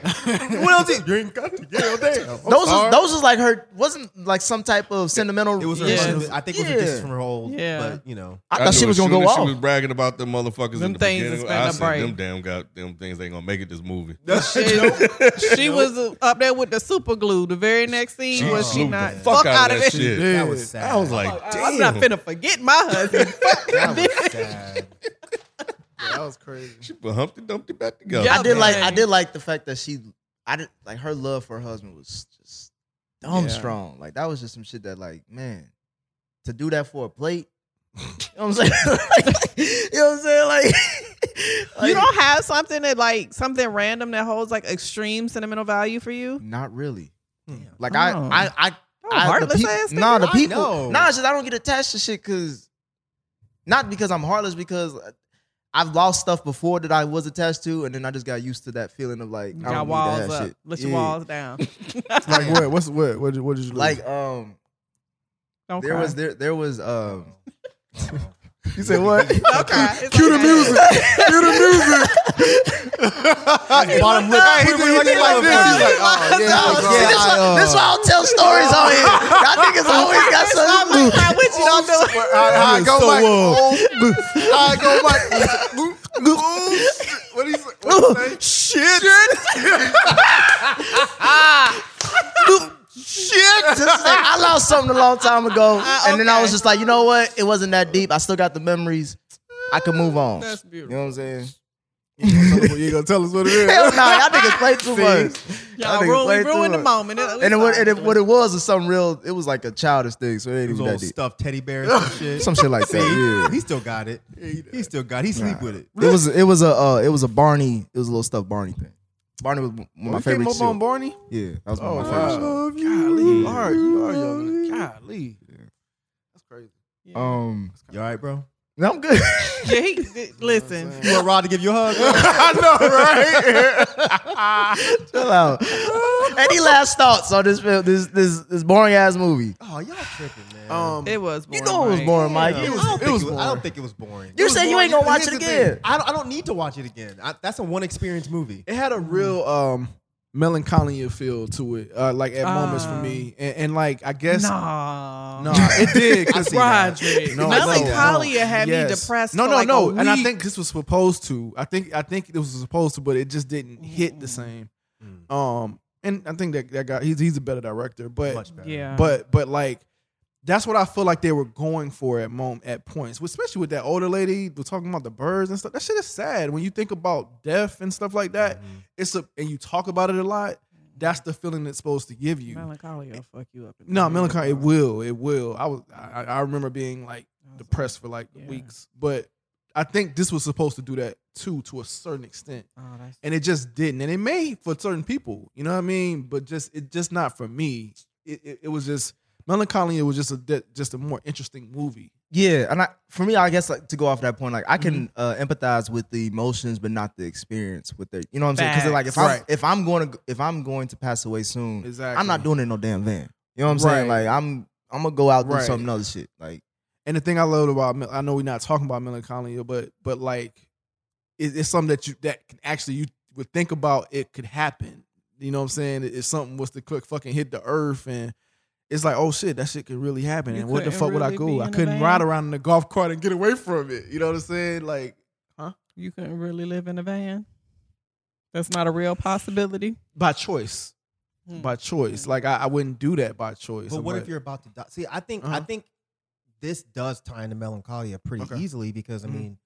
what else? Do you, you ain't got to yell. Damn. I'm
Those
sorry.
was, those was like her wasn't like some type of sentimental.
It was her.
Yeah.
it was- I think it was a
Yeah.
diss from her old.
Yeah.
But you know,
I thought she
knew
was
as
gonna
soon
go
as She was
off.
bragging about them motherfuckers
Them
in the
things
beginning.
is
I
finna
said,
break.
them damn goddamn things ain't gonna make it this movie.
Shit. she was up there with the super glue. The very next scene
She
was she
glued
not
the fuck
fuck, out
out of
of
that
it.
shit.
that was sad.
I was like, damn.
I'm not finna forget my husband.
that was sad.
that was crazy.
She put Humpty Dumpty back together.
Yeah,
I did like I
man.
did like the fact that she I did like her love for her husband was just dumb
Yeah.
strong. Like that was just some shit that like man to do that for a plate. You know what I'm saying? Like, you know what I'm saying? Like, like,
you don't have something that like something random that holds like extreme sentimental value for you.
not really. Hmm.
Damn.
Like
Oh.
I I I
Oh,
I,
heartless
the peop-
ass.
Nah, the
nigga.
people.
know.
Nah, it's just I don't get attached to shit because, not because I'm heartless, because I've lost stuff before that I was attached to, and then I just got used to that feeling of like, I
Got
don't need
walls
that
up.
shit.
Let your
Yeah.
walls down.
Like what? What's what? What did, what did you
Like um,
Don't
there
cry.
was there there was um.
You said what?
Don't cry. It's
Cue the
like that.
music. Cue the music.
bottom lip.
Hey, he
quiver
did-
like
he
a
did like
motherfucker.
this.
He's like, oh, yeah,
That was-
oh,
see,
yeah,
that's,
I,
why,
uh,
that's why I don't tell stories on here. Y'all niggas always got something to do.
Cry with you. Don't do it.
I, I go
So,
like,
uh,
oh, I go like, what is what he say? Shit,
Just like, I lost something a long time ago,
Ah,
and then I was just like, you know what? It wasn't that deep. I still got the memories. I could move on.
That's
You
beautiful.
know what I'm saying?
you gonna tell us what it is?
Hell no, y'all niggas play too much.
Y'all
niggas
ruined,
played
we
too
ruined the
much.
moment.
And, it, wa- and it, what it was was something real. It was like a childish thing, so it ain't
Those
even
old
that deep.
stuffed teddy bears and shit.
Some shit like that.
He still got it. He still got. It. He sleep with it.
Yeah. It was it was a uh, it was a Barney. It was a little stuff Barney thing. Barney was one of my
You
favorite.
came up on
shows.
Barney.
yeah, that was one
Oh
of my favorite. shows.
wow, golly, all right, you are young. Golly, that's crazy.
Um,
You all right, bro?
no, I'm good.
Yeah, he, th- listen.
You want Rod to give you a hug? bro?
Chill out. Any last thoughts on this film? This this this boring ass movie.
oh, y'all tripping, man.
Um,
It was boring.
You know it was
Mike.
boring, Mike.
it
You-
was,
I don't
I, don't
think it was
I
boring.
don't think it was boring.
you said you ain't gonna watch it
Here's the
again.
I don't, I don't need to watch it again. I, that's a one experience movie.
it had a real um melancholia feel to it, uh, like at moments for
Ah.
me, and, and like I guess
Nah.
No, it did. 'cause-
see that.
Roderick.
No, I see that.
Melancholia had me depressed.
No,
for
no,
like
no.
a
And I
week.
think this was supposed to. I think I think it was supposed to, but it just didn't hit
Mm.
the same. Um, and I think that that guy he's he's a better director, but
Much better.
Yeah.
but but like that's what I feel like they were going for at mom at points, especially with that older lady we're talking about the birds and stuff. That shit is sad when you think about death and stuff like that.
Mm-hmm.
It's a and you talk about it a lot. That's the feeling it's supposed to give you.
melancholia will fuck you up.
No, melancholy. It will. It will. I was. I, I remember being like depressed for like
Yeah.
weeks, but I think this was supposed to do that too, to a certain extent,
Oh, that's
and it just didn't. And it may for certain people, you know what I mean. But just it just not for me. It it, it was just melancholy. It was just a de- just a more interesting movie.
Yeah, and I, for me, I guess like to go off that point, like I can uh, empathize with the emotions, but not the experience with the, you know what I'm saying? Because like if I'm
Facts.
if I'm going to if I'm going to pass away soon,
Exactly.
I'm not doing it in no damn van. You know what I'm saying?
Right.
Like I'm I'm gonna go out and do
Right.
something other shit. Like
And the thing I love about mel- I know we're not talking about melancholia, but but like it, it's something that you that can actually you would think about it could happen. You know what I'm saying? If something was to click fucking hit the earth and it's like, oh shit, that shit could really happen.
You
and what the
couldn't
fuck would I
really
go?
be
I
in a
couldn't
van?
ride around in the golf cart and get away from it. You know what I'm saying? Like
you couldn't really live in a van. That's not a real possibility.
by choice.
Hmm.
By choice. Like I, I wouldn't do that by choice.
But
I'm
what
like,
if you're about to die? See, I think I
Uh-huh.
think this does tie into melancholia pretty
Okay.
easily because I
Mhm.
mean,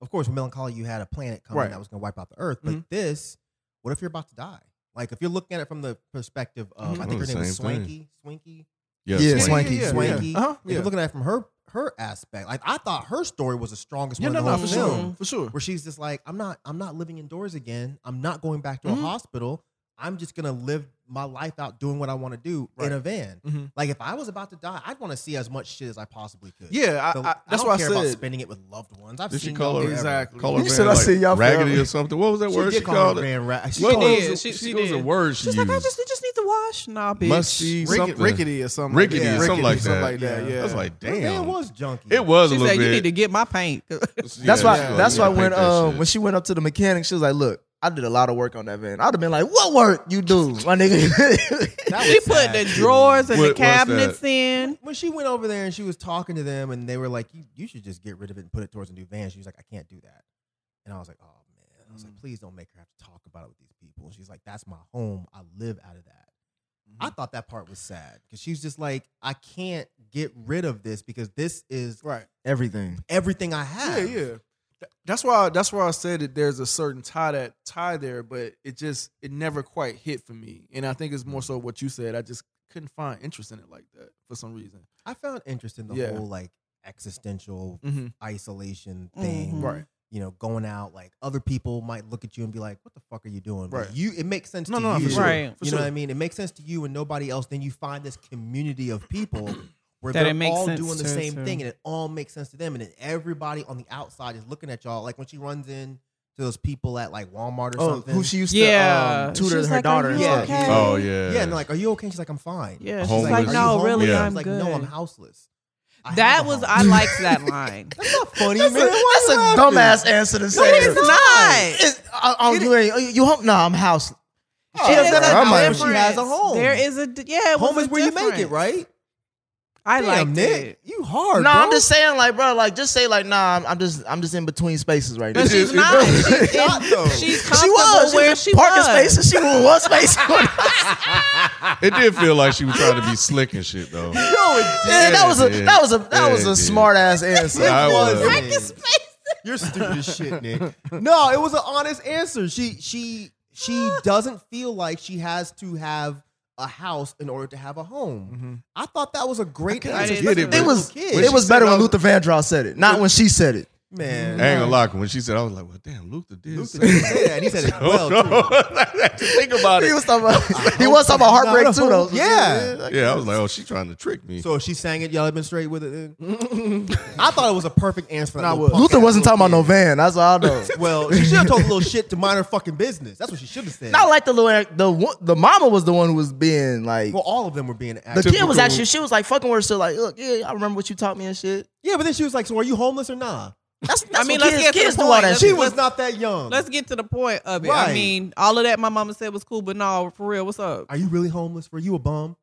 of course, with melancholia you had a planet coming
Right.
that was going to wipe out the Earth, but
Mhm.
this, what if you're about to die? Like if you're looking at it from the perspective of,
Mhm.
I think
Oh,
her name
same
was
thing.
Swanky, Swanky.
Yeah,
Yeah,
Swanky.
Swanky,
Swanky.
Uh-huh,
If
yeah.
you're looking at it from her her aspect, like I thought her story was the strongest
yeah,
one
no,
in the
no,
whole
for
film,
sure, for sure.
where she's just like, I'm not, I'm not living indoors again. I'm not going back to
Mhm.
a hospital. I'm just gonna live my life out doing what I want to do
Right.
in a van.
Mhm.
Like if I was about to die, I'd want to see as much shit as I possibly could.
Yeah, I,
The-
I, that's
don't
why I
care about
said.
spending it with loved ones. I've
Did she
seen
call
y'all
her
do
Exactly.
Call her
You
van,
said I
like,
seen y'all
raggedy
forever.
or something. What was that
She
word
did
she
call
called
her
it?
Grand Ra- she
What
called
was
did.
it-
She- she
what was the
did.
word she
She's like, I
used?
just, I just need to wash. Nah, bitch.
Must see
Rick-
something.
rickety or something.
Rickety
like,
or
yeah,
something like that.
Yeah.
I was like,
her. Her
damn.
van was junky.
It was
She
a little
said,
bit.
"You need to get my paint."
That's
Yeah,
why.
she was
that's why
like, "You
when
gotta paint that
um
shit."
when she went up to the mechanic, she was like, "Look, I did a lot of work on that van. I'd have been like, what work you do, my nigga?
That
she
was
put
sad,
the
too.
drawers and
What-
the
what's that?
cabinets in.
When she went over there and she was talking to them, and they were like, "You, you should just get rid of it and put it towards a new van." She was like, "I can't do that," and I was like, "Oh man!" I was
Mm.
like, "Please don't make her have to talk about it with these people." And she's like, "That's my home. I live out of that."
Mm-hmm.
I thought that part was sad because she was just like, "I can't get rid of this because this is
right.
Everything.
everything I
Yeah,
have."
yeah. Th- That's why. That's why I said that there's a certain tie that tie there, but it just it never quite hit for me. And I think it's more so what you said. I just couldn't find interest in it like that for some reason.
I found interest in the
Yeah.
whole like existential
Mhm.
isolation thing.
Mhm.
Mm-hmm. Right.
You know, going out like other people might look at you and be like, "What the fuck are you doing?" But
Right.
you, it makes sense
No,
to
no, no,
you,
for sure.
Right.
For
you know
sure.
what I mean? It makes sense to you and nobody else. Then you find this community of people where
That it
they're
makes
all
sense
doing the
to,
same
too.
thing, and it all makes sense to them. And then everybody on the outside is looking at y'all. Like when she runs in to those people at like Walmart or
Oh,
something.
who she used
Yeah.
to um,
She
tutor
was
her
like, "Are
daughter. and
you
stuff.
okay?"
Oh yeah.
yeah, and they're like, "Are you okay?" She's like, "I'm fine."
Yeah, she's like,
she's
Homeless.
"Are you
no,
homeless?"
really,
Yeah.
I'm
She's like,
good.
"No, I'm houseless." I have
that
a
was
home."
I liked that line.
That's not funny,
That's a,
man. Why
that's a
you laughing?
dumbass answer to say.
it's not.
It's- oh, oh, you ain't. oh, You home? Nah, I'm house.
She
It
has
is
that
a
I might-
house, but she has a
difference.
home.
There is a d- yeah. it was
home
a
is where you make it,
difference.
right?
I
Damn,
liked
Nick,
it.
You hard.
nah,
bro.
I'm just saying, like, bro, like, just say, like, nah, I'm, I'm just, I'm just in between spaces right now.
But she's not. She's,
not, though.
in, she's comfortable
She was
where
she
she
was in parking
was.
space, and she was in one space.
it did feel like she was trying to be slick and shit
No,
though.
it did. that was a that was a that
Yeah,
was
it
a
did.
smart ass answer.
I was.
Like it's- You're stupid as shit, Nick. No, it was an honest answer. She she she doesn't feel like she has to have a house in order to have a home.
Mm-hmm.
I thought that was a great
I
answer.
didn't
especially
get it,
for
It
a
was
kid.
it was
said
better
I
when
was-
Luther Vandross said it, not when she said it.
man.
I ain't gonna lie. When she said, I was like, well, damn, Luther did.
Luther
say
did
that.
say that, and he said it well,
No, no.
too.
Think about
He
it.
was talking about he was talking about heartbreak too though.
Yeah.
yeah, I was like, oh, she trying to trick me.
So if she sang it, y'all have been straight with it. Then I thought it was a perfect answer. For that
Nah,
little
well,
punk
Luther
ass
wasn't
little
talking about no
kid.
van. That's all I know.
Well, she should have told the little shit to mind her fucking business. That's what she should have said.
Not like the little the one- the mama was the one who was being like
well, all of them were being
the
active.
kid was
typical-
actually she was like fucking with her so like look yeah I remember what you taught me and shit.
Yeah, but then she was like, "So are you homeless or not?"
That's, that's
I mean,
what kids,
let's get to the
kids do all
point.
that
Let's-
She
shit.
was not that young.
Let's get to the point of it.
Right.
I mean, all of that my mama said was cool, but no, for real, what's up?
Are you really homeless? Were you a bum?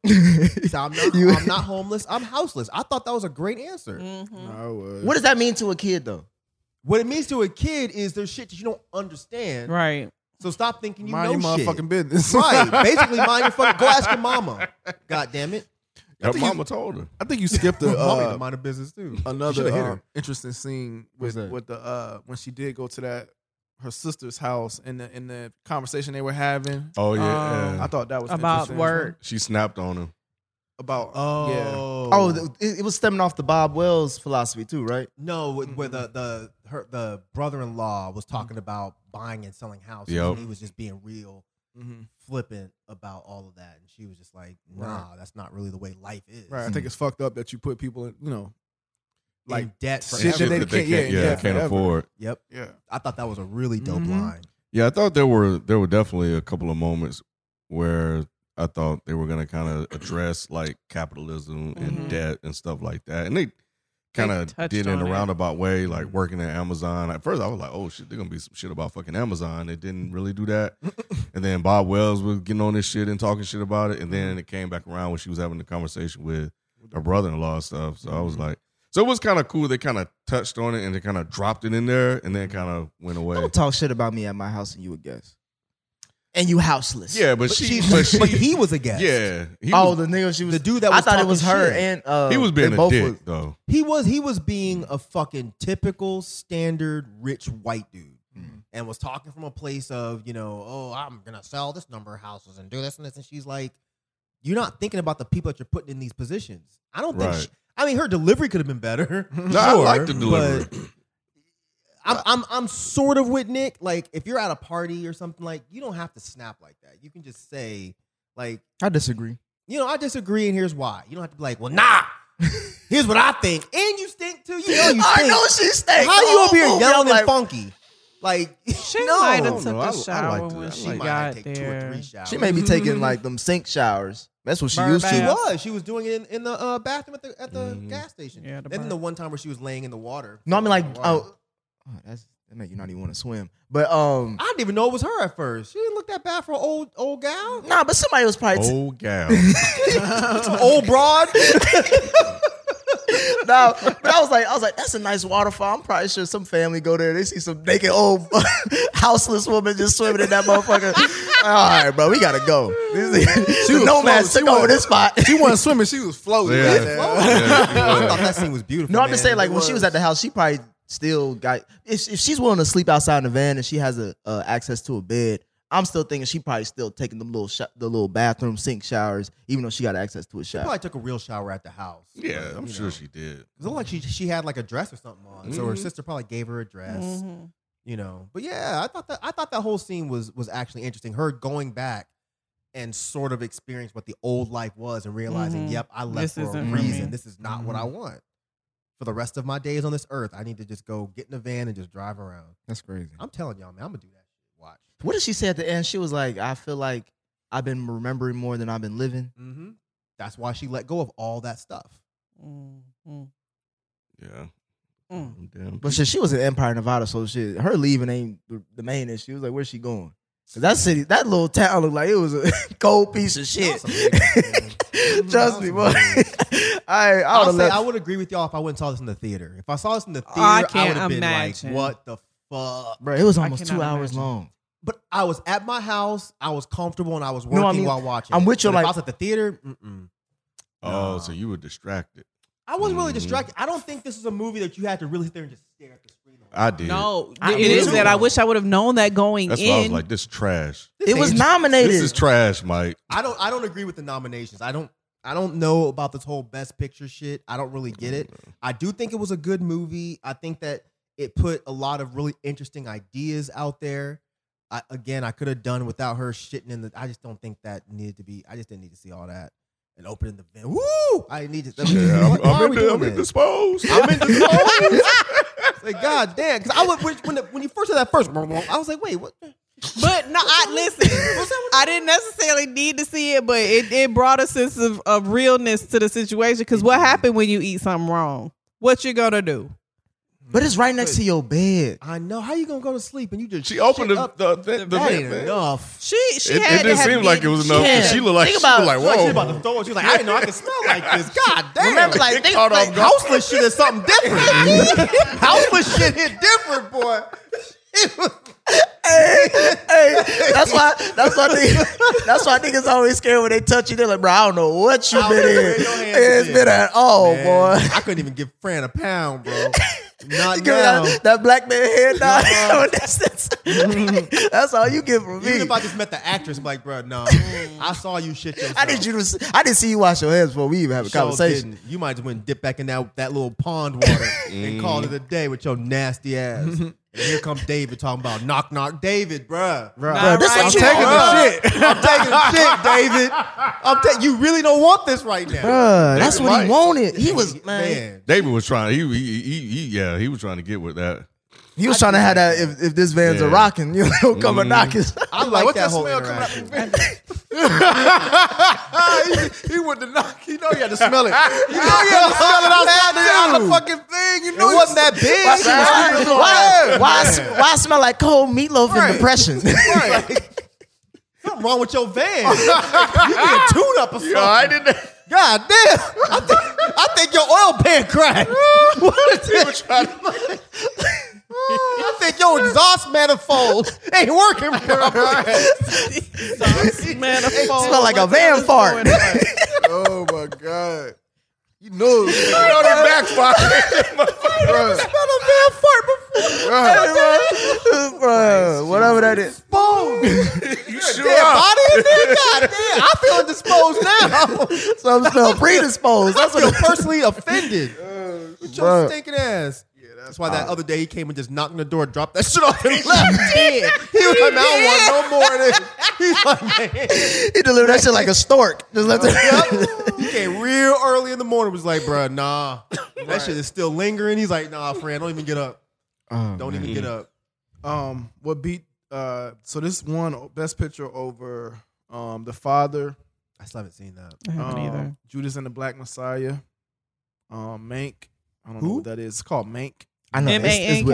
So I'm not.
You-
I'm not homeless. I'm houseless. I thought that was a great answer.
I
Hmm.
was.
What does that mean to a kid though?
What it means to a kid is there's shit that you don't understand.
Right.
So stop thinking you
mind
know
your
shit.
motherfucking business?
Right. Basically, mind your fucking. Go ask your mama. God damn it.
Her mama told her.
I think you skipped the
Mommy to
uh,
mind her business too.
another
Shoulda hit
um,
her.
interesting scene
What's
with
that?
with the uh, when she did go to that her sister's house and the in the conversation they were having.
Oh, yeah.
Um,
yeah.
I thought that was
About
interesting.
work.
she snapped on him.
About yeah.
Oh.
Oh, it, it was stemming off the Bob Wells philosophy too, right?
No, with- where
Mm-hmm.
the the her the brother in law was talking about buying and selling houses.
Yup.
and He was just being real
Mhm.
flippant about all of that, and she was just like, "Nah, that's not really the way life is."
Right. I think it's fucked up that you put people in. You know,
like
like,
debt
shit
forever.
that they can't- yeah, yeah,
can't
forever.
afford.
yep.
yeah.
I thought that was a really dope
Mm-hmm.
Mhm.
line.
Yeah, I thought there were there were definitely a couple of moments where I thought they were gonna kind of address like capitalism
Mhm.
and debt and stuff like that, and they
They
kind of
touched
did it in
on
a
it.
roundabout way, like working at Amazon. At first, I was like, "Oh shit, they're gonna be some shit about fucking Amazon." They didn't really do that, and then Bob Wells was getting on this shit and talking shit about it,
Mm-hmm.
and then it came back around when she was having the conversation with her brother-in-law and stuff. So I
Mm-hmm.
was like. So it was kind of cool. They kind of touched on it and they kind of dropped it in there and then kind of went away.
Don't talk shit about me at my house and you a guest. And you houseless.
Yeah, but, she, but she,
but he was a guest.
yeah, he
oh,
was,
the nigga she was.
The dude that was
I thought it
talking
was her
shit.
and uh,
he was
they
being a
both
dick
was-
though.
He was he was being a fucking typical standard rich white dude. And was talking from a place of, you know, oh, I'm gonna sell this number of houses and do this and this. And she's like, You're not thinking about the people that you're putting in these positions. I don't think
Right.
she, I mean her delivery could have been better.
No, I like the delivery.
But I'm, I'm I'm sort of with Nick. Like, if you're at a party or something, like you don't have to snap like that. You can just say, like,
I disagree.
you know, I disagree, and here's why. You don't have to be like, well, nah. Here's what I think, and you stink too. You know you stink.
she stinks.
How you over here yelling and funky? Like
She
no.
might have
no,
took
I- I
a shower
liked it. I
when she
liked it.
might
got
have taken two or
there.
three showers.
She may be taking like them sink showers. That's what she
Burn
used
She
bath.
to.
was. She was doing it in, in the uh, bathroom at the at the
Mm-hmm.
Mhm.
gas station.
Yeah, the
and then
burn.
the one time where she was laying in the water.
No, I mean like
Wow.
oh, oh, that's that make you not even want to swim. But um,
I didn't even know it was her at first. She didn't look that bad for an old old gal.
nah, but somebody was probably t-
Old Oh, gal.
Some old broad.
no. But I was like, I was like, that's a nice waterfall. I'm probably sure some family go there. They see some naked old houseless woman just swimming in that motherfucker. All right, bro, we gotta go. This is-
She
the
was
nomads
close. She
took over
was-
this spot.
She wasn't swimming. She was floating.
Yeah.
Like that.
I thought
Yeah.
that scene was beautiful.
No, I'm just
man.
saying, like
It
when she was at the house, she probably still got. If, if she's willing to sleep outside in the van and she has a uh, access to a bed, I'm still thinking she probably still taking them little sho the little bathroom sink showers, even though she got access to a
She
shower.
probably took a real shower at the house.
Yeah,
but,
I'm
you
sure
know.
she did.
It looked like she she had like a dress or something on, so her
Mm-hmm.
Mhm.
sister probably gave her a dress.
Mhm.
you know. But yeah, I thought that I thought that whole scene was was actually interesting. Her going back and sort of experience what the old life was and realizing,
Mhm.
yep, I
This
left for a
isn't for
reason.
me.
This is not what I want. For the rest of my days on this earth, I need to just go get in a van and just drive around.
That's crazy.
I'm telling y'all, man, I'm gonna do that. Watch.
What did she say at the end? She was like, "I feel like I've been remembering more than I've been living."
Mm-hmm. That's why she let go of all that stuff.
Mhm.
Yeah.
Mm.
Damn.
But shit, she was in Empire, Nevada, so shit, her leaving ain't the- the main issue. It was like, where's she going? 'Cause that city, that little town looked like it was a cold piece of shit.
That was some big- Mhm.
Trust me,
That
boy.
was some big-
I I
I'll
would have
say
left.
I would agree with y'all if I went and saw this in the theater. If I saw this in the theater,
Oh, I
I
can't
would have been like,
imagine.
what the fuck?
Bro, it was
I
almost two
cannot
hours
imagine.
long.
But I was at my house. I was comfortable, and I was working
No, I mean,
while watching.
I'm with you,
But if
like- Mm.
I was at the theater. Mm-mm.
Oh,
Nah.
so you were distracted.
I wasn't really
Mhm.
distracted. I don't think this is a movie that you had to really sit there and just stare at the screen. the whole
I
time.
did.
No,
I
it
did
is
too.
that I wish I would have known that going
That's
in.
why I was like, this trash.
This
It was
ain't-
nominated.
This is trash, Mike.
I don't. I don't agree with the nominations. I don't. I don't know about this whole best picture shit. I don't really get it. I do think it was a good movie. I think that it put a lot of really interesting ideas out there. I, again, I could have done without her shitting in the. I just don't think that needed to be. I just didn't need to see all that and opening the vent. Woo! I need to.
Yeah, I'm,
why are
I'm, in, the-
we doing
I'm in
this?
disposed.
I'm in the hole. like God damn, because I was when, the, when you first said that first, I was like, wait, what? the-
but no, I listen.
What's that
I didn't necessarily need to see it, but it, it brought a sense of, of realness to the situation. Because what
Mm-hmm.
happened when you eat something wrong? What you gonna do?
But it's right next to your bed.
I know. How you gonna go to sleep and you just
She opened
shit
the
up?
the, the, the,
that
vent,
ain't
man.
enough.
She she
It,
had
it
to
didn't
have
seem like it
been-
was enough. 'cause
Yeah.
She looked like
Think
she was
about-
like,
She was like, she
whoa.
about to throw it. She was like, I didn't know I could smell like this. God damn.
Remember, like,
It
they-
caught
like-
off guard. houseless shit is something different. houseless shit hit different, boy.
Hey, hey, that's why. That's why. Niggas, that's why niggas always scared when they touch you. They're like, bro, I don't know what you
I
been
don't know
in.
where your hands
It's
been.
been at all,
Man,
boy.
I couldn't even give Fran a pound, bro. Not
You give me
now.
that, that black man head nod.
Uh-uh.
on this- that's, that's all you get from
Even
me.
if I just met the actress, I'm like, bro, no, I saw you shit yourself.
I need you to. s- I didn't see you wash your hands before we even have a
Sure
conversation.
didn't. You might just went and dip back in that, that little pond water and call it a day with your nasty ass. and here comes David talking about knock knock David, bruh. bruh.
Bruh, this
right.
what
I'm
you
taking
want.
the
I'm taking the shit, David. I'm ta- you really don't want this right now.
Bruh, that's what
right.
he wanted. He was man.
David was trying. He, he, he, he, yeah, he was trying to get with that.
He was trying to have that. If, if this van's a
Yeah.
rocking, you know, come a
Mhm.
knocking.
I like that whole interaction.
he, he went to knock. You know he had to smell it.
You know you had to smell it outside the, out the fucking thing. You knew it wasn't that big.
Why, why, why, sm- why I smell like cold meatloaf and depression?
Right. Something wrong with your van. you need a tune up or something.
didn't.
God damn. I think, I think your oil pan cracked. What is this? I think your exhaust manifold ain't working, bro.
manifold.
Smell like a
What the
van
hell is
fart.
going on?
oh my god. You know,
You know that backfired.
Bruh, whatever that is.
You
Dead
sure are.
body in there? God damn. I feel disposed now.
Some smell predisposed. That's
I feel
what
personally offended. With your
Bruh.
stinking ass. Uh, That's why that other day he came and just knocked on the door, dropped that shit off, and left. He was like, man, I don't want no more of this. He's like, man.
he delivered that shit like a stork. Just left it.
Yep. he came real early in the morning, was like, bruh, nah. That shit is still lingering. He's like, nah, friend, don't even get up.
Oh,
Don't
man.
even get up.
Um, what beat? Uh, so this one best picture over um the father,
I still haven't seen that.
I haven't
um,
either.
Judas and the Black Messiah, um, Mank. I don't know
Who?
what that is. It's called Mank.
I know. It's, it's with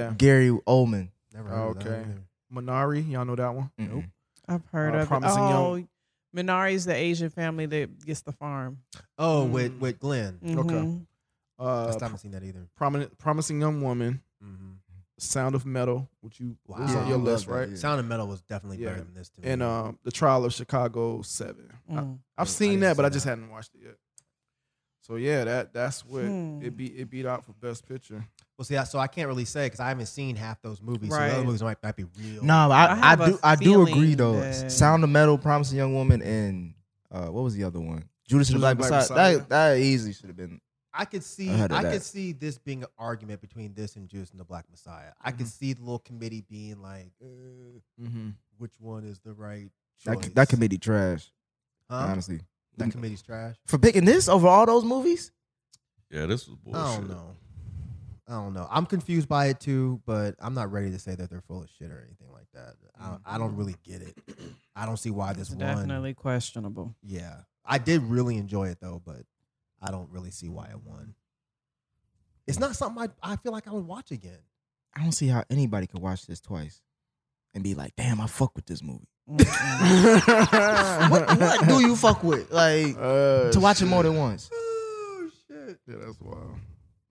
uh,
Yeah.
Gary Oldman.
Never heard of that
Okay.
either.
Minari, y'all know that one.
Nope.
I've heard
Uh,
of it.
Promising
Oh,
Young-
Minari's the Asian family that gets the farm.
Oh,
Mm.
with with Glenn.
Mhm.
I
Uh,
still haven't seen that either.
prominent, promising young woman,
Mhm.
Sound of Metal, which you
Wow.
was on your
I
list,
love that,
right?
yeah.
Sound of Metal was definitely
Yeah.
better than this to me.
And um, the Trial of Chicago Seven. I,
Mm.
I've
I
seen
didn't
that, but
see
I just
that.
hadn't watched it yet. So yeah, that that's what
Hmm.
it beat it beat out for best picture.
well, see, I- so I can't really say because I haven't seen half those movies. So the
Right.
other movies might, might be real.
No, but
I
I, I,
have a
do. I do agree
feeling
though.
that-
Sound of Metal, Promising Young Woman, and uh, what was the other one? Judas and the Black Messiah. That, that easily should have been.
I could see
I heard of
I,
that.
could see this being an argument between this and Judas and the Black Messiah. I could see the little committee being like, uh,
Mm-hmm.
which one is the right choice?
That, that committee trash.
Huh?
Honestly,
That committee's trash.
for picking this over all those movies.
Yeah, this was bullshit.
I don't know. I don't know. I'm confused by it too, but I'm not ready to say that they're full of shit or anything like that. I, I don't really get it. I don't see why this
It's
one.
definitely questionable.
Yeah, I did really enjoy it though, but I don't really see why it won. It's not something I I feel like I would watch again.
I don't see how anybody could watch this twice and be like, "Damn, I fuck with this movie."
Mm-mm.
what, what do you fuck with? Like to watch it more than once.
Oh shit!
Uh, Yeah, that's wild.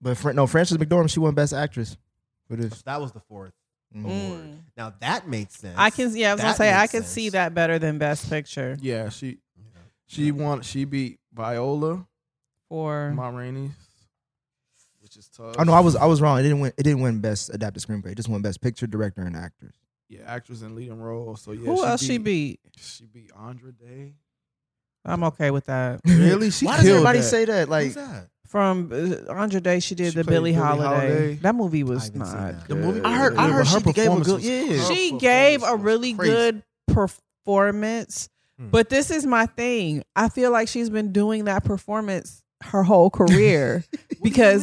But Fran- no, Frances McDormand, she won Best Actress for this.
That was the fourth
Mhm.
award.
Mm.
Now that makes sense.
I can, yeah, I was gonna
That
say I
makes
could see
sense.
that better than Best Picture
Yeah, she
Yeah.
she won. She beat Viola,
for
Ma Rainey, which is tough.
Oh no, I was I was wrong. It didn't win. It didn't win Best Adapted Screenplay. It just won Best Picture, Director, and Actress.
yeah, actress in leading role. So yeah,
who else she beat.
She beat Andra Day.
I'm okay with that.
Really? She
Why does
killed
everybody
that.
say that? Like
Who's that?
From uh, Andre Day, she
She
did the
played
Billy,
Billie
Holiday.
Holiday.
That movie
I
was
haven't seen
not.
that.
The movie-
I heard, I
Yeah,
heard
but her
she gave a
performance
good.
was
Yeah,
crazy.
She
performance
gave a
was
really
crazy.
good performance,
Hmm.
but this is my thing. I feel like she's been doing that performance her whole career because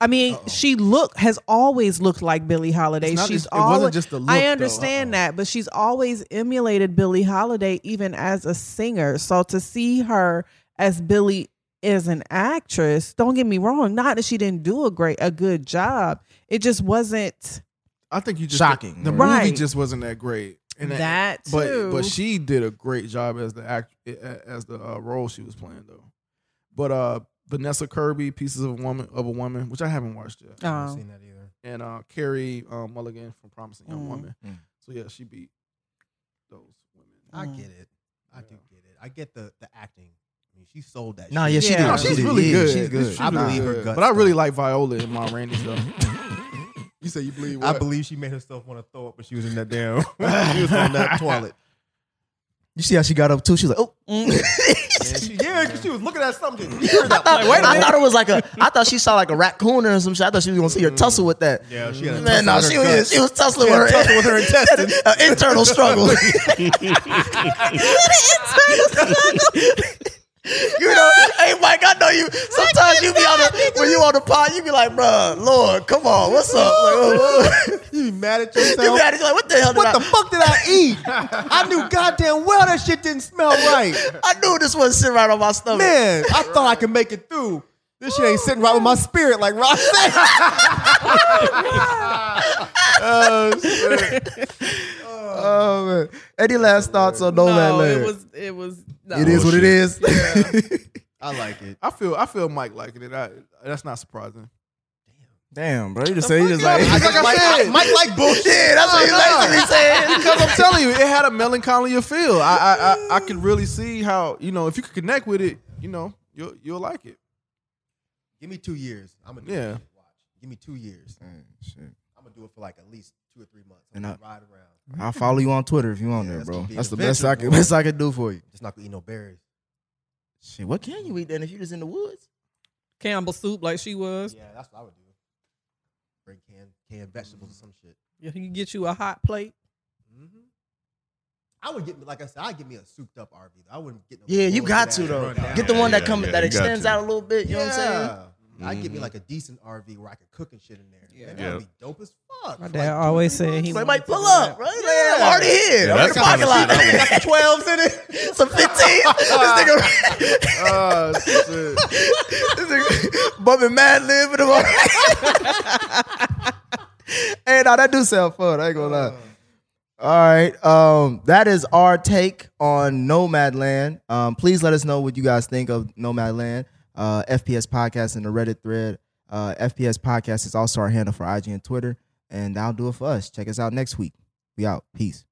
I mean,
Uh-oh.
she look has always looked like Billie Holiday.
It's not-
she's
it
always
wasn't just the look,
I
though. Uh-uh.
understand
Uh-oh.
that, but she's always emulated Billie Holiday even as a singer. So to see her as Billie as an actress, don't get me wrong, not that she didn't do a great a good job. It just wasn't
I think you just
Shocking.
The,
Right.
movie just wasn't that great. And
that
but
too.
but she did a great job as the act as the uh, role she was playing though. But uh, Vanessa Kirby, Pieces of a Woman of a Woman, which I haven't watched yet,
I haven't
Oh.
seen that either.
and uh, Carrie um, Mulligan from Promising Young
Mm.
Woman.
Mm.
So yeah, she beat those women.
I
Mm.
get it. I do get it. I get the the acting. I mean, she sold that.
Nah, yeah,
shit.
she
Yeah.
did.
No,
she
she's
did.
really
yeah,
good.
She's good.
She's
I
really
believe her
good.
guts,
But I really
though.
like Viola and Ma Randy stuff. you say you believe?
I
what?
believe she made herself want to throw up when she was in that damn. she was on that toilet.
You see how she got up too? She's like, oh.
And she, yeah, 'cause she was looking at something. You heard that
Like, wait, I thought it was like a. I thought she saw like a raccoon or some shit. I thought she was gonna see her tussle with that.
Yeah, she had a
Man, no,
tussle
she
with her
was she was tussling
She had
with
a
her
tussle with her intestines.
An internal struggle. You know, hey Mike, I know you. Sometimes you be on the when you on the pod, you be like, bruh, Lord, come on, what's up? Like, what- what-
you be mad at
you
yourself.
be out there like, what the hell? Did
what
I,
the fuck did I eat? I knew goddamn well that shit didn't smell right.
I knew this wasn't sitting right on my stomach.
Man, I thought I could make it through. This shit ain't sitting right with my spirit, like Ross said.
Oh man. Any last thoughts on No, Man
no,
Land?
it was it was no.
Oh, It is what it is.
I like it.
I feel I feel Mike liking it. I, that's not surprising.
Damn, bro, you just say you just
I just like, I, Mike like bullshit. That's what he likes to be saying.
because I'm telling you, it had a melancholy feel. I, I I I could really see how you know if you could connect with it, you know you'll you'll like it.
Give me two years. I'm gonna do
Yeah.
yeah. Watch. Give me two years. I'm gonna do it for like at least two or three months.
And
I'm gonna
I-
ride around.
I'll follow you on Twitter if you on
Yeah,
there,
that's
bro.
gonna be
That's the
an
best I
adventure,
can
boy.
best I can do for you.
I'm just not gonna eat no berries.
Shit, what can you eat then if you just in the woods?
Campbell soup like she was.
Yeah, that's what I would do. bring canned canned vegetables or some shit.
You can get you a hot plate.
Mm-hmm. I would get me like I said, I'd get me a souped up RV. Though. I wouldn't get no.
Yeah, you
bullshit
got
ass
to though.
run down.
Get the one that
Yeah,
comes
yeah,
that
you got
extends
to.
out a little bit. You know what I'm saying? Mm-hmm.
Yeah. I'd get me
Mhm.
like a decent RV where I could cook and shit in there.
Yeah.
Man,
Yeah.
that'd be dope as fuck.
My
for,
dad
like, two,
always
three
said he
Like,
wanted
months.
might
to
pull
do
up,
that.
right? Like, I'm
Yeah.
already here. I'm
Yeah,
in
that's
the
the
parking
kind of
lot.
shit I
Got 12s in it. Some 15s. this nigga,
Ah, shit.
this nigga bumping Mad Lib in the morning.
hey, now that do sound fun. I ain't gonna lie. All right, um, that is our take on Nomadland. Um, please let us know what you guys think of Nomadland. Uh, FPS podcast in the Reddit thread. Uh, FPS podcast is also our handle for IG and Twitter. And that'll do it for us. Check us out next week. We out. Peace.